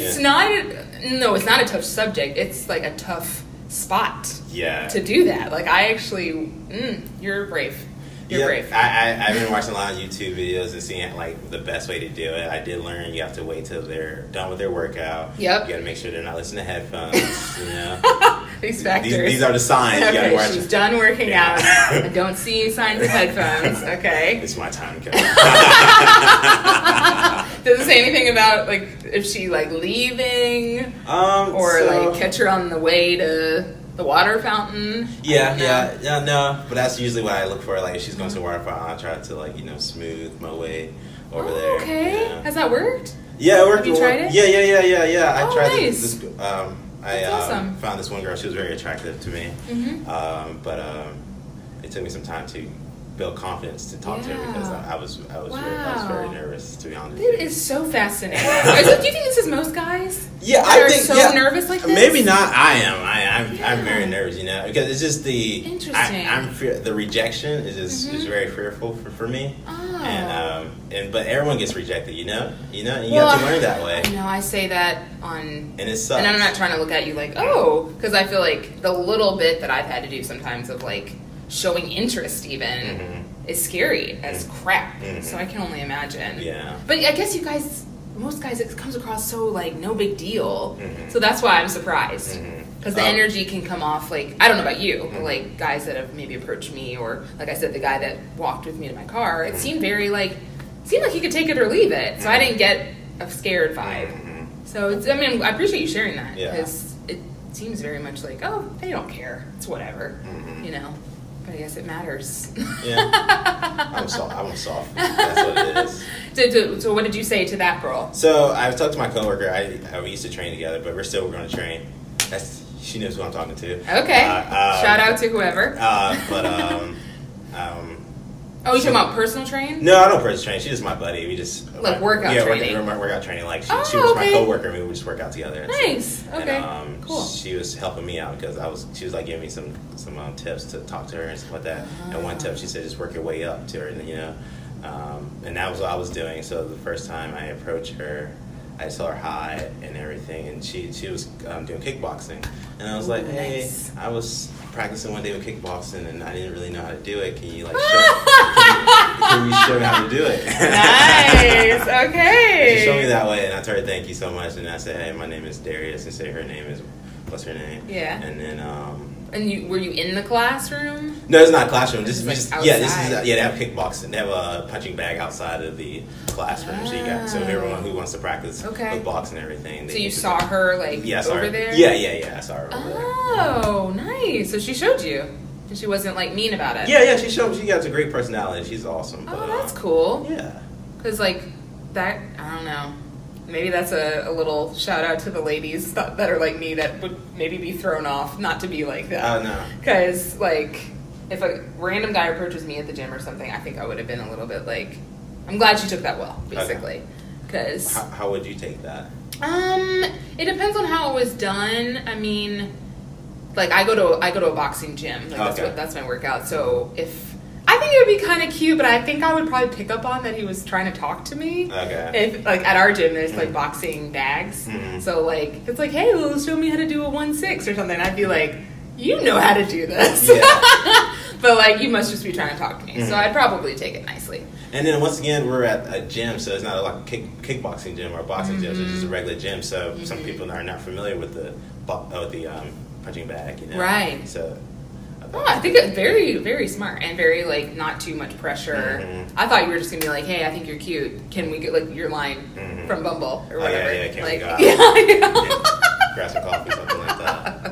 S1: it's
S2: Yeah.
S1: not. A, no, it's not a tough subject. It's like a tough spot
S2: Yeah.
S1: to do that. Like I actually, mm, you're brave. You're
S2: yeah,
S1: brave.
S2: I, I I've been watching a lot of YouTube videos and seeing like the best way to do it. I did learn you have to wait till they're done with their workout.
S1: Yep.
S2: You got to make sure they're not listening to headphones. you know.
S1: These
S2: These,
S1: factors.
S2: these are the signs. you gotta
S1: Okay,
S2: watch.
S1: she's done working
S2: Yeah.
S1: out. I don't see signs of headphones. Okay.
S2: It's my time. okay?
S1: Does it say anything about like if she like leaving
S2: um.
S1: or
S2: so-
S1: like catch her on the way to the water fountain? I
S2: Yeah,
S1: don't know.
S2: yeah, yeah, no. But that's usually what I look for. Like, if she's going to waterfall, I'll try to, like, you know, smooth my way over there.
S1: Oh, okay.
S2: Yeah,
S1: Has that worked?
S2: yeah it worked.
S1: Have you
S2: it
S1: tried
S2: worked.
S1: it?
S2: Yeah, yeah, yeah, yeah, yeah. I
S1: Oh,
S2: tried
S1: nice.
S2: this. this um, I
S1: That's
S2: um,
S1: awesome.
S2: found this one girl. She was very attractive to me.
S1: Mm-hmm.
S2: Um, but um, it took me some time to build confidence to talk to her because
S1: Yeah.
S2: I, I was I was, very, I was very
S1: Wow.
S2: nervous, to be honest. with
S1: That
S2: you.
S1: is so fascinating. Is it- do you think this is most guys?
S2: Yeah,
S1: that
S2: I
S1: are
S2: think
S1: so
S2: yeah.
S1: nervous like this?
S2: Maybe not. I am. I, I'm. I'm very
S1: Yeah.
S2: nervous. You know, because it's just the.
S1: Interesting.
S2: I, I'm fear, the rejection is just, is
S1: Mhm.
S2: very fearful for, for me.
S1: Oh.
S2: And um and but everyone gets rejected. You know. You know. And you
S1: Well,
S2: have to learn that way.
S1: No, I say that on
S2: And it sucks.
S1: And I'm not trying to look at you like, oh, because I feel like the little bit that I've had to do sometimes of like showing interest even
S2: Mhm.
S1: is scary as crap.
S2: Mhm.
S1: So I can only imagine.
S2: Yeah.
S1: But I guess you guys, most guys, it comes across so like no big deal.
S2: Mhm.
S1: So that's why I'm surprised.
S2: Mhm.
S1: Because the
S2: Um,
S1: energy can come off like, I don't know about you, but
S2: Mhm.
S1: like guys that have maybe approached me or like I said, the guy that walked with me to my car,
S2: Mm-hmm.
S1: it seemed very like, seemed like he could take it or leave it. So I didn't get a scared vibe.
S2: Mhm.
S1: So it's, I mean, I appreciate you sharing that
S2: Yeah.
S1: because it seems very much like, oh, they don't care. It's whatever,
S2: Mhm.
S1: you know. But I guess it matters.
S2: Yeah. I'm soft. I'm soft. That's what it is.
S1: so, so, so what did you say to that girl?
S2: So I was talking to my coworker. I, I we used to train together, but we're still going to train. That's she knows who I'm talking to.
S1: Okay.
S2: Uh, um,
S1: Shout out to whoever.
S2: Uh, but um, um,
S1: oh, you talking about personal train?
S2: no, I don't personally train. She's just my buddy. We just
S1: Like workout
S2: yeah, work-
S1: training.
S2: Work, workout training. Like she,
S1: Oh,
S2: she was
S1: okay.
S2: my coworker. and We would just work out together. and stuff.
S1: Nice. Okay.
S2: And, um,
S1: cool.
S2: She was helping me out because I was. She was like giving me some some um, tips to talk to her and stuff like that. And one tip, she said, just work your way up to her, and you know, um, and that was what I was doing. So the first time I approached her, I just saw her hi and everything, and she she was um, doing kickboxing, and I was like, hey,
S1: Nice.
S2: I was practicing one day with kickboxing, and I didn't really know how to do it. Can you like show? can, you, can you show me how to do it?
S1: nice.
S2: She showed
S1: Okay.
S2: me that way, and I told her thank you so much. And I said, hey, my name is Darius, and say her name is what's her name?
S1: Yeah.
S2: And then um,
S1: And you were you in the classroom?
S2: no, it's not a classroom. This is
S1: Like
S2: just, yeah, this is
S1: outside.
S2: uh, yeah. They have kickboxing. They have a punching bag outside of the classroom. So you got so
S1: Oh.
S2: everyone who wants to practice
S1: Okay.
S2: with boxing and everything. they
S1: So you
S2: can do
S1: saw
S2: that.
S1: her like
S2: Yeah, I saw
S1: over
S2: her.
S1: there?
S2: Yeah, yeah, yeah. I saw her over there.
S1: Oh, nice. So she showed you. And she wasn't like mean about it.
S2: Yeah, yeah. She showed. She got a great personality. She's awesome.
S1: Oh,
S2: but,
S1: that's
S2: um,
S1: cool.
S2: Yeah.
S1: Cause like that, I don't know. Maybe that's a, a little shout out to the ladies that, that are like me that would maybe be thrown off not to be like that.
S2: Oh no.
S1: Because, like, if a random guy approaches me at the gym or something, I think I would have been a little bit like, I'm glad she took that well, basically. Because,
S2: How, how would you take that?
S1: um, it depends on how it was done. I mean, like, I go to I go to a boxing gym. Like, that's
S2: Okay.
S1: what that's my workout. So if I think it would be kind of cute, but I think I would probably pick up on that he was trying to talk to me.
S2: Okay.
S1: If like at our gym, there's like
S2: Mhm.
S1: boxing bags.
S2: Mhm.
S1: So like it's like, hey, Lulu, show me how to do a one six or something. I'd be like, you know how to do this. but like you must just be trying to talk to me.
S2: Mhm.
S1: So I'd probably take it nicely.
S2: And then once again, we're at a gym, so it's not like a kick, kickboxing gym or a boxing gym. It's just
S1: Mm-hmm.
S2: a regular gym. So some people are not familiar with the bo- oh, the um, punching bag, you know.
S1: Right.
S2: So. I
S1: Oh,
S2: thought-
S1: I think it's very, very smart and very like not too much pressure.
S2: Mhm.
S1: I thought you were just gonna be like, hey, I think you're cute. Can we get like your line
S2: Mhm.
S1: from Bumble or
S2: Oh, yeah,
S1: whatever?
S2: yeah, can we
S1: like,
S2: go out?
S1: yeah, yeah.
S2: grab some coffee, something like that.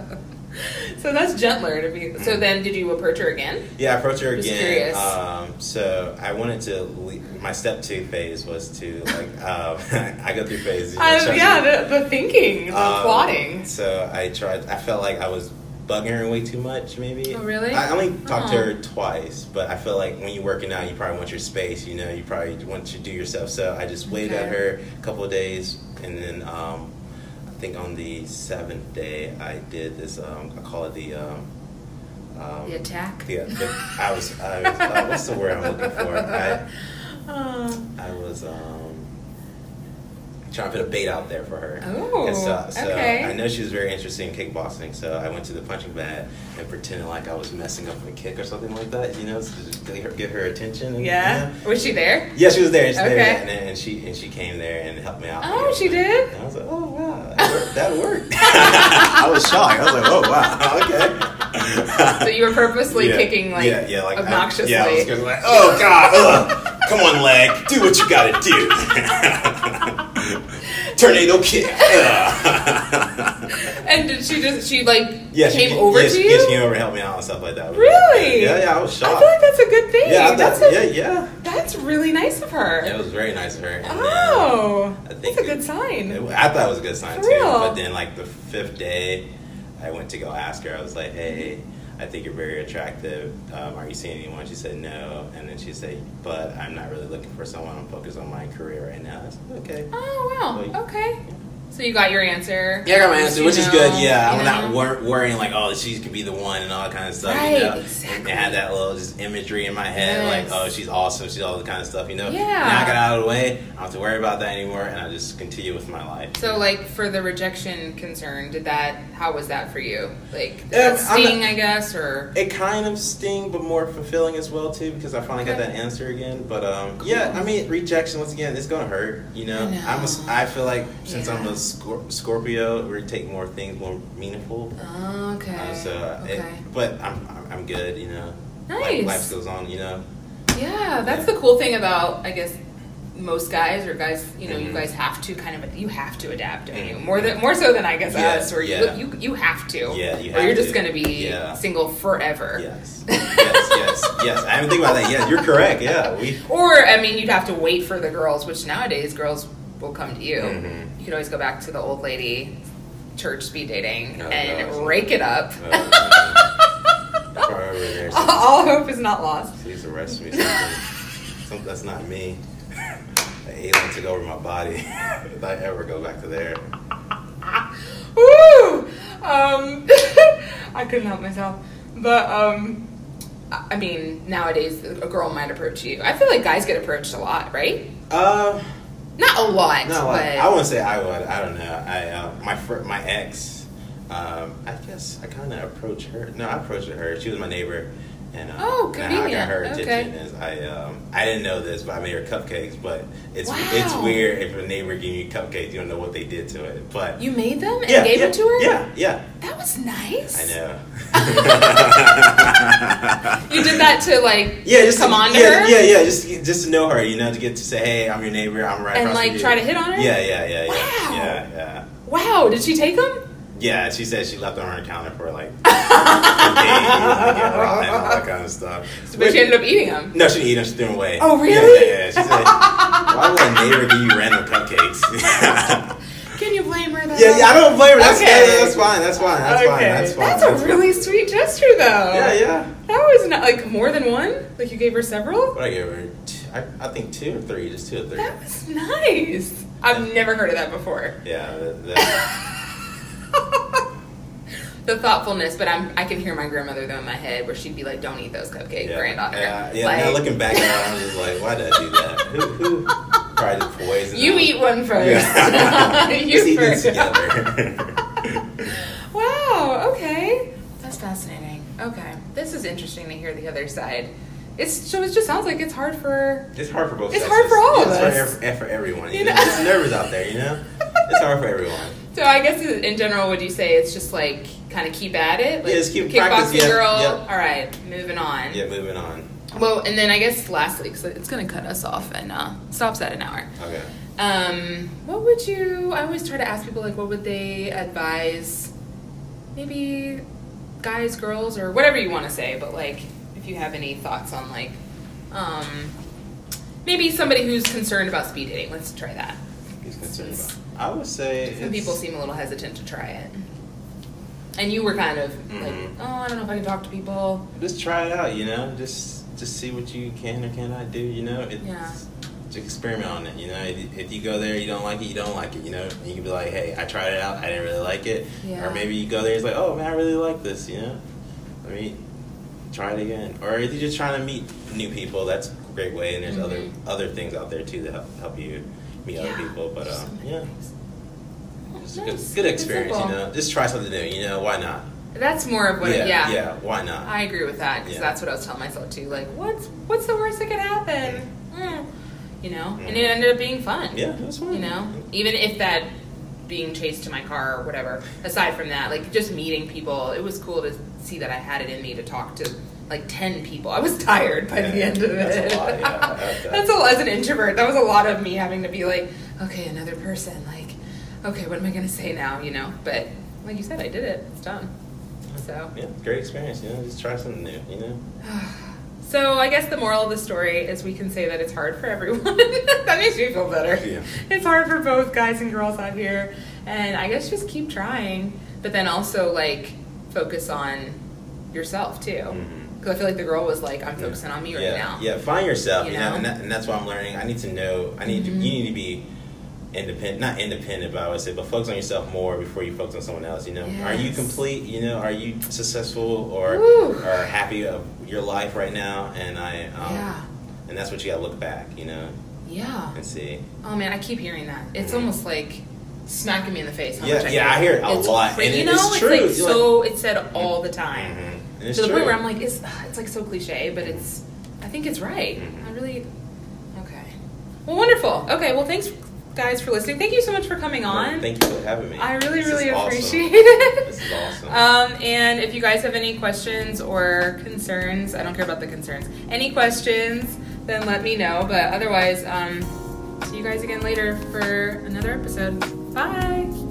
S1: So that's gentler to be.
S2: Mm-hmm.
S1: So then, did you approach her again?
S2: Yeah, I approached her
S1: Just
S2: again.
S1: curious.
S2: Um, so I wanted to. Le- my step two phase was to like. Um, I go through phases. you know,
S1: Uh,
S2: trust me.
S1: yeah, the, the thinking, the
S2: Um,
S1: plotting.
S2: So I tried. I felt like I was bugging her way too much. Maybe.
S1: Oh, really? Uh-huh.
S2: I only talked to
S1: Aw.
S2: her twice, but I feel like when you're working out, you probably want your space. You know, you probably want to do yourself. So I just waited at
S1: Okay.
S2: her a couple of days, and then um, I think on the seventh day, I did this. Um, I call it the. Um, um,
S1: The attack?
S2: The, the, I was. I was uh, what's the word I'm looking for? I,
S1: Uh,
S2: I was um, trying to put a bait out there for her.
S1: Oh,
S2: And uh, so, so
S1: okay.
S2: I know she was very interested in kickboxing, so I went to the punching bag and pretended like I was messing up a kick or something like that, you know, so just get her, get her attention. And,
S1: yeah.
S2: you know.
S1: Was she there?
S2: Yeah, she was there. She was
S1: Okay.
S2: there, and, then- and she and she came there and helped me out.
S1: Oh, she did?
S2: And I was like, oh wow, that worked. That worked. I was shocked. I was like, oh wow, okay.
S1: So you were purposely
S2: Yeah,
S1: kicking like,
S2: yeah, yeah, like I-
S1: obnoxiously.
S2: yeah, I was gonna be like, oh god, ugh. come on, leg, do what you gotta do. Tornado kick. ugh.
S1: and did she just she like
S2: yeah, she
S1: came over
S2: yeah,
S1: to
S2: she-
S1: you?
S2: Yeah, she came over to help me out and stuff like that.
S1: Really?
S2: Yeah, yeah, I was
S1: I
S2: shocked.
S1: feel like that's a good thing.
S2: yeah, I
S1: that's
S2: thought,
S1: a,
S2: yeah, yeah.
S1: that's really nice of her.
S2: It was very nice of her. And uh, then,
S1: oh,
S2: I think
S1: that's a good
S2: it-
S1: sign.
S2: It- I thought it was a good sign
S1: For
S2: too.
S1: real?
S2: But then, like the fifth day, I went to go ask her. I was like, "Hey, I think you're very attractive. Um, are you seeing anyone?" She said, "No." And then she said, "But I'm not really looking for someone. I'm focused on my career right now." I said, "Okay."
S1: oh
S2: Like-
S1: wow. Okay. So you got your answer.
S2: Yeah, I got my answer,
S1: You
S2: which is
S1: know,
S2: good. Yeah, I'm
S1: you
S2: not
S1: know.
S2: wor- worrying like, oh, she could be the one and all that kind of stuff.
S1: Right,
S2: you know?
S1: exactly.
S2: And I had that little just imagery in my head,
S1: Yes.
S2: like, oh, she's awesome. She's all the kind of stuff, you know.
S1: Yeah.
S2: Now I got out of the way. I don't have to worry about that anymore, and I just continue with my life.
S1: So like for the rejection concern, did that how was that for you? Like did
S2: Yeah,
S1: that
S2: I'm not-
S1: sting, I guess, or
S2: It kind of sting, but more fulfilling as well too, because I finally got that answer again. But um, yeah, I mean, rejection once again, it's gonna hurt. You know,
S1: I know.
S2: I'm a, s- I feel like since I'm a
S1: Yeah.
S2: Scor- Scorpio, we take more things more meaningful.
S1: Oh, okay.
S2: Uh, so, uh, it-
S1: okay.
S2: but I'm I'm- I'm good. You know,
S1: Nice.
S2: Life, life goes on. You know,
S1: Yeah, that's
S2: Yeah.
S1: the cool thing about I guess most guys or guys you know you
S2: Mhm.
S1: guys have to kind of you have to adapt don't you
S2: Mhm.
S1: more than more so than I guess
S2: Yeah,
S1: us where
S2: yeah.
S1: you you you have to
S2: Yeah, you
S1: or
S2: have
S1: you're just
S2: to.
S1: gonna be
S2: Yeah.
S1: single forever.
S2: yes, yes. yes, yes. I haven't think about that. Yeah, you're correct. Yeah, we.
S1: Or I mean, you'd have to wait for the girls, which nowadays girls will come to you.
S2: Mhm.
S1: You could always go back to the old lady church speed dating
S2: No,
S1: and
S2: no, it's-
S1: rake it up.
S2: Uh, if I were there,
S1: All
S2: she'd-
S1: all hope is not lost.
S2: Please arrest me. Something, something that's not me. An alien took over my body. if I ever go back to there,
S1: Ah. Woo! Um, I couldn't help myself. But, um, I I mean, nowadays a girl might approach you. I feel like guys get approached a lot, right?
S2: uh,
S1: Not a lot,
S2: no,
S1: but
S2: I, I wouldn't say I would. I don't know. I uh, my fr- my ex. Um, I guess I kind of approached her. No, I approached her. She was my neighbor, and uh,
S1: Oh,
S2: and how I got
S1: convenient.
S2: her
S1: Okay.
S2: attention is I um, I didn't know this, but I made her cupcakes. But it's it's
S1: Wow.
S2: weird if a neighbor giving you cupcakes, you don't know what they did to it. But
S1: you made them and
S2: yeah,
S1: gave
S2: yeah,
S1: them to her?
S2: Yeah, yeah.
S1: That was nice.
S2: I know.
S1: You did that to, like,
S2: Yeah, just
S1: come
S2: to,
S1: on to
S2: yeah,
S1: her?
S2: yeah, yeah, just just to know her, you know, to get to say, hey, I'm your neighbor, I'm right.
S1: And,
S2: across
S1: like,
S2: from you.
S1: try to hit on her?
S2: Yeah, yeah, yeah, yeah,
S1: Wow.
S2: yeah, yeah.
S1: Wow, did she take them?
S2: Yeah, she said she left it on her counter for like days, and all that kind of stuff.
S1: But she ended up eating them.
S2: no, she didn't eat them. She threw them away.
S1: Oh,
S2: Yeah,
S1: really?
S2: Yeah, yeah. She said, "Why would a neighbor give you random cupcakes?" yeah,
S1: Can you blame her, though?
S2: yeah. I don't blame her. That's
S1: Okay.
S2: yeah, yeah, that's fine. That's fine. That's fine.
S1: Okay.
S2: That's fine.
S1: That's a really sweet gesture, though.
S2: yeah, yeah.
S1: That was not like more than one. Like you gave her several.
S2: What I gave her? T- I, I think two or three, just two or three.
S1: That was nice. I've never heard of that before.
S2: Yeah, that, that,
S1: The thoughtfulness, but I'm I can hear my grandmother though in my head where she'd be like, "Don't eat those cupcakes,
S2: yeah,
S1: granddaughter."
S2: Yeah, yeah.
S1: Like,
S2: now looking back at it, I'm just like, why did I do that? Who, who tried to poison?
S1: you
S2: them?
S1: eat one first.
S2: Yeah. Let's
S1: you
S2: eat this
S1: first.
S2: together.
S1: Wow. Okay. That's fascinating. Okay, this is interesting to hear the other side. It's so it just sounds like it's hard for
S2: it's hard for both.
S1: It's
S2: sexes.
S1: hard for all of
S2: it's
S1: us.
S2: For, ev- for everyone. You,
S1: You
S2: know,
S1: know?
S2: it's nervous out there. You know, it's hard for everyone.
S1: So I guess in general, would you say it's just like kind of keep at it? Like,
S2: Yeah, just keep
S1: kickboxing
S2: practice, yeah,
S1: girl.
S2: yeah.
S1: All right, moving on.
S2: Yeah, moving on.
S1: Well, and then I guess lastly, because it's gonna cut us off and uh, stops at an hour.
S2: Okay.
S1: Um, what would you? I always try to ask people like, what would they advise? Maybe guys, girls, or whatever you want to say. But like, if you have any thoughts on like, um, maybe somebody who's concerned about speed dating. Let's try that.
S2: He's concerned about. I would say
S1: Some people
S2: it's-
S1: seem a little hesitant to try it. And you were kind of like,
S2: Mhm.
S1: oh, I don't know if I can talk to people.
S2: just try it out. You know, just just see what you can or cannot do. You know, it's
S1: Yeah.
S2: just experiment on it. You know, if, if you go there, you don't like it, you don't like it. You know, and you can be like, hey, I tried it out, I didn't really like it,
S1: Yeah.
S2: or maybe you go there, it's like, oh man, I really like this. You know, I mean, try it again. Or if you're just trying to meet new people, that's a great way. And there's
S1: Mhm.
S2: other other things out there too that help help you meet
S1: Yeah.
S2: other people. But
S1: There's so
S2: um,
S1: many
S2: yeah.
S1: things.
S2: It's
S1: Oh,
S2: a good,
S1: nice.
S2: good experience, you
S1: Simple.
S2: know. Just try something new, you know. Why not?
S1: That's more of what, yeah.
S2: yeah, Why not?
S1: I agree with that because
S2: Yeah.
S1: that's what I was telling myself too. Like, what's what's the worst that could happen? Mm. You know, and it
S2: Mhm.
S1: ended up being fun.
S2: yeah, that's fine.
S1: You know, even if that being chased to my car or whatever. Aside from that, like just meeting people, it was cool to see that I had it in me to talk to like ten people. I was tired by the
S2: Yeah,
S1: end of it.
S2: that's a lot, yeah. That- that-
S1: That's a lot as an introvert. That was a lot of me having to be like, okay, another person. Like, okay, what am I gonna say now? You know, but like you said, I did it. It's done. So.
S2: Yeah, great experience. You know, just try something new. You know,
S1: So I guess the moral of the story is we can say that it's hard for everyone. that makes me feel better.
S2: Yeah.
S1: It's hard for both guys and girls out here, and I guess just keep trying, but then also like focus on yourself too.
S2: Mhm.
S1: Because I feel like the girl was like, "I'm focusing on me right
S2: yeah,
S1: now."
S2: yeah. Find yourself.
S1: You
S2: You, know,
S1: know? Mm-hmm.
S2: And, that, and that's why I'm learning. I need to know. I need. To, you need to be independent. Not independent, but I would say, but focus on yourself more before you focus on someone else. You know, are you
S1: Yes.
S2: complete? You know, are you successful or
S1: Woo.
S2: or happy of your life right now? And I. Um,
S1: Yeah.
S2: And that's what you gotta look back. You know,
S1: Yeah.
S2: and see.
S1: Oh man, I keep hearing that. It's
S2: Mhm.
S1: almost like smacking me in the face. How
S2: Yeah,
S1: much I
S2: yeah, I hear it a
S1: It's
S2: lot,
S1: cra-
S2: and
S1: you
S2: it-
S1: know,
S2: it's true.
S1: like
S2: You're like-
S1: so. It's said all the time.
S2: Mhm. And it's
S1: to the point
S2: true.
S1: where I'm like, it's ugh, it's like so cliche, but it's I think it's right.
S2: Mhm.
S1: I really okay. Well, wonderful. Okay, well, thanks guys for listening. Thank you so much for coming on.
S2: Thank you for having me.
S1: I really,
S2: This is
S1: really
S2: awesome.
S1: appreciate it.
S2: This is awesome.
S1: Um, and if you guys have any questions or concerns, I don't care about the concerns. Any questions, then let me know. But otherwise, um, see you guys again later for another episode. Bye.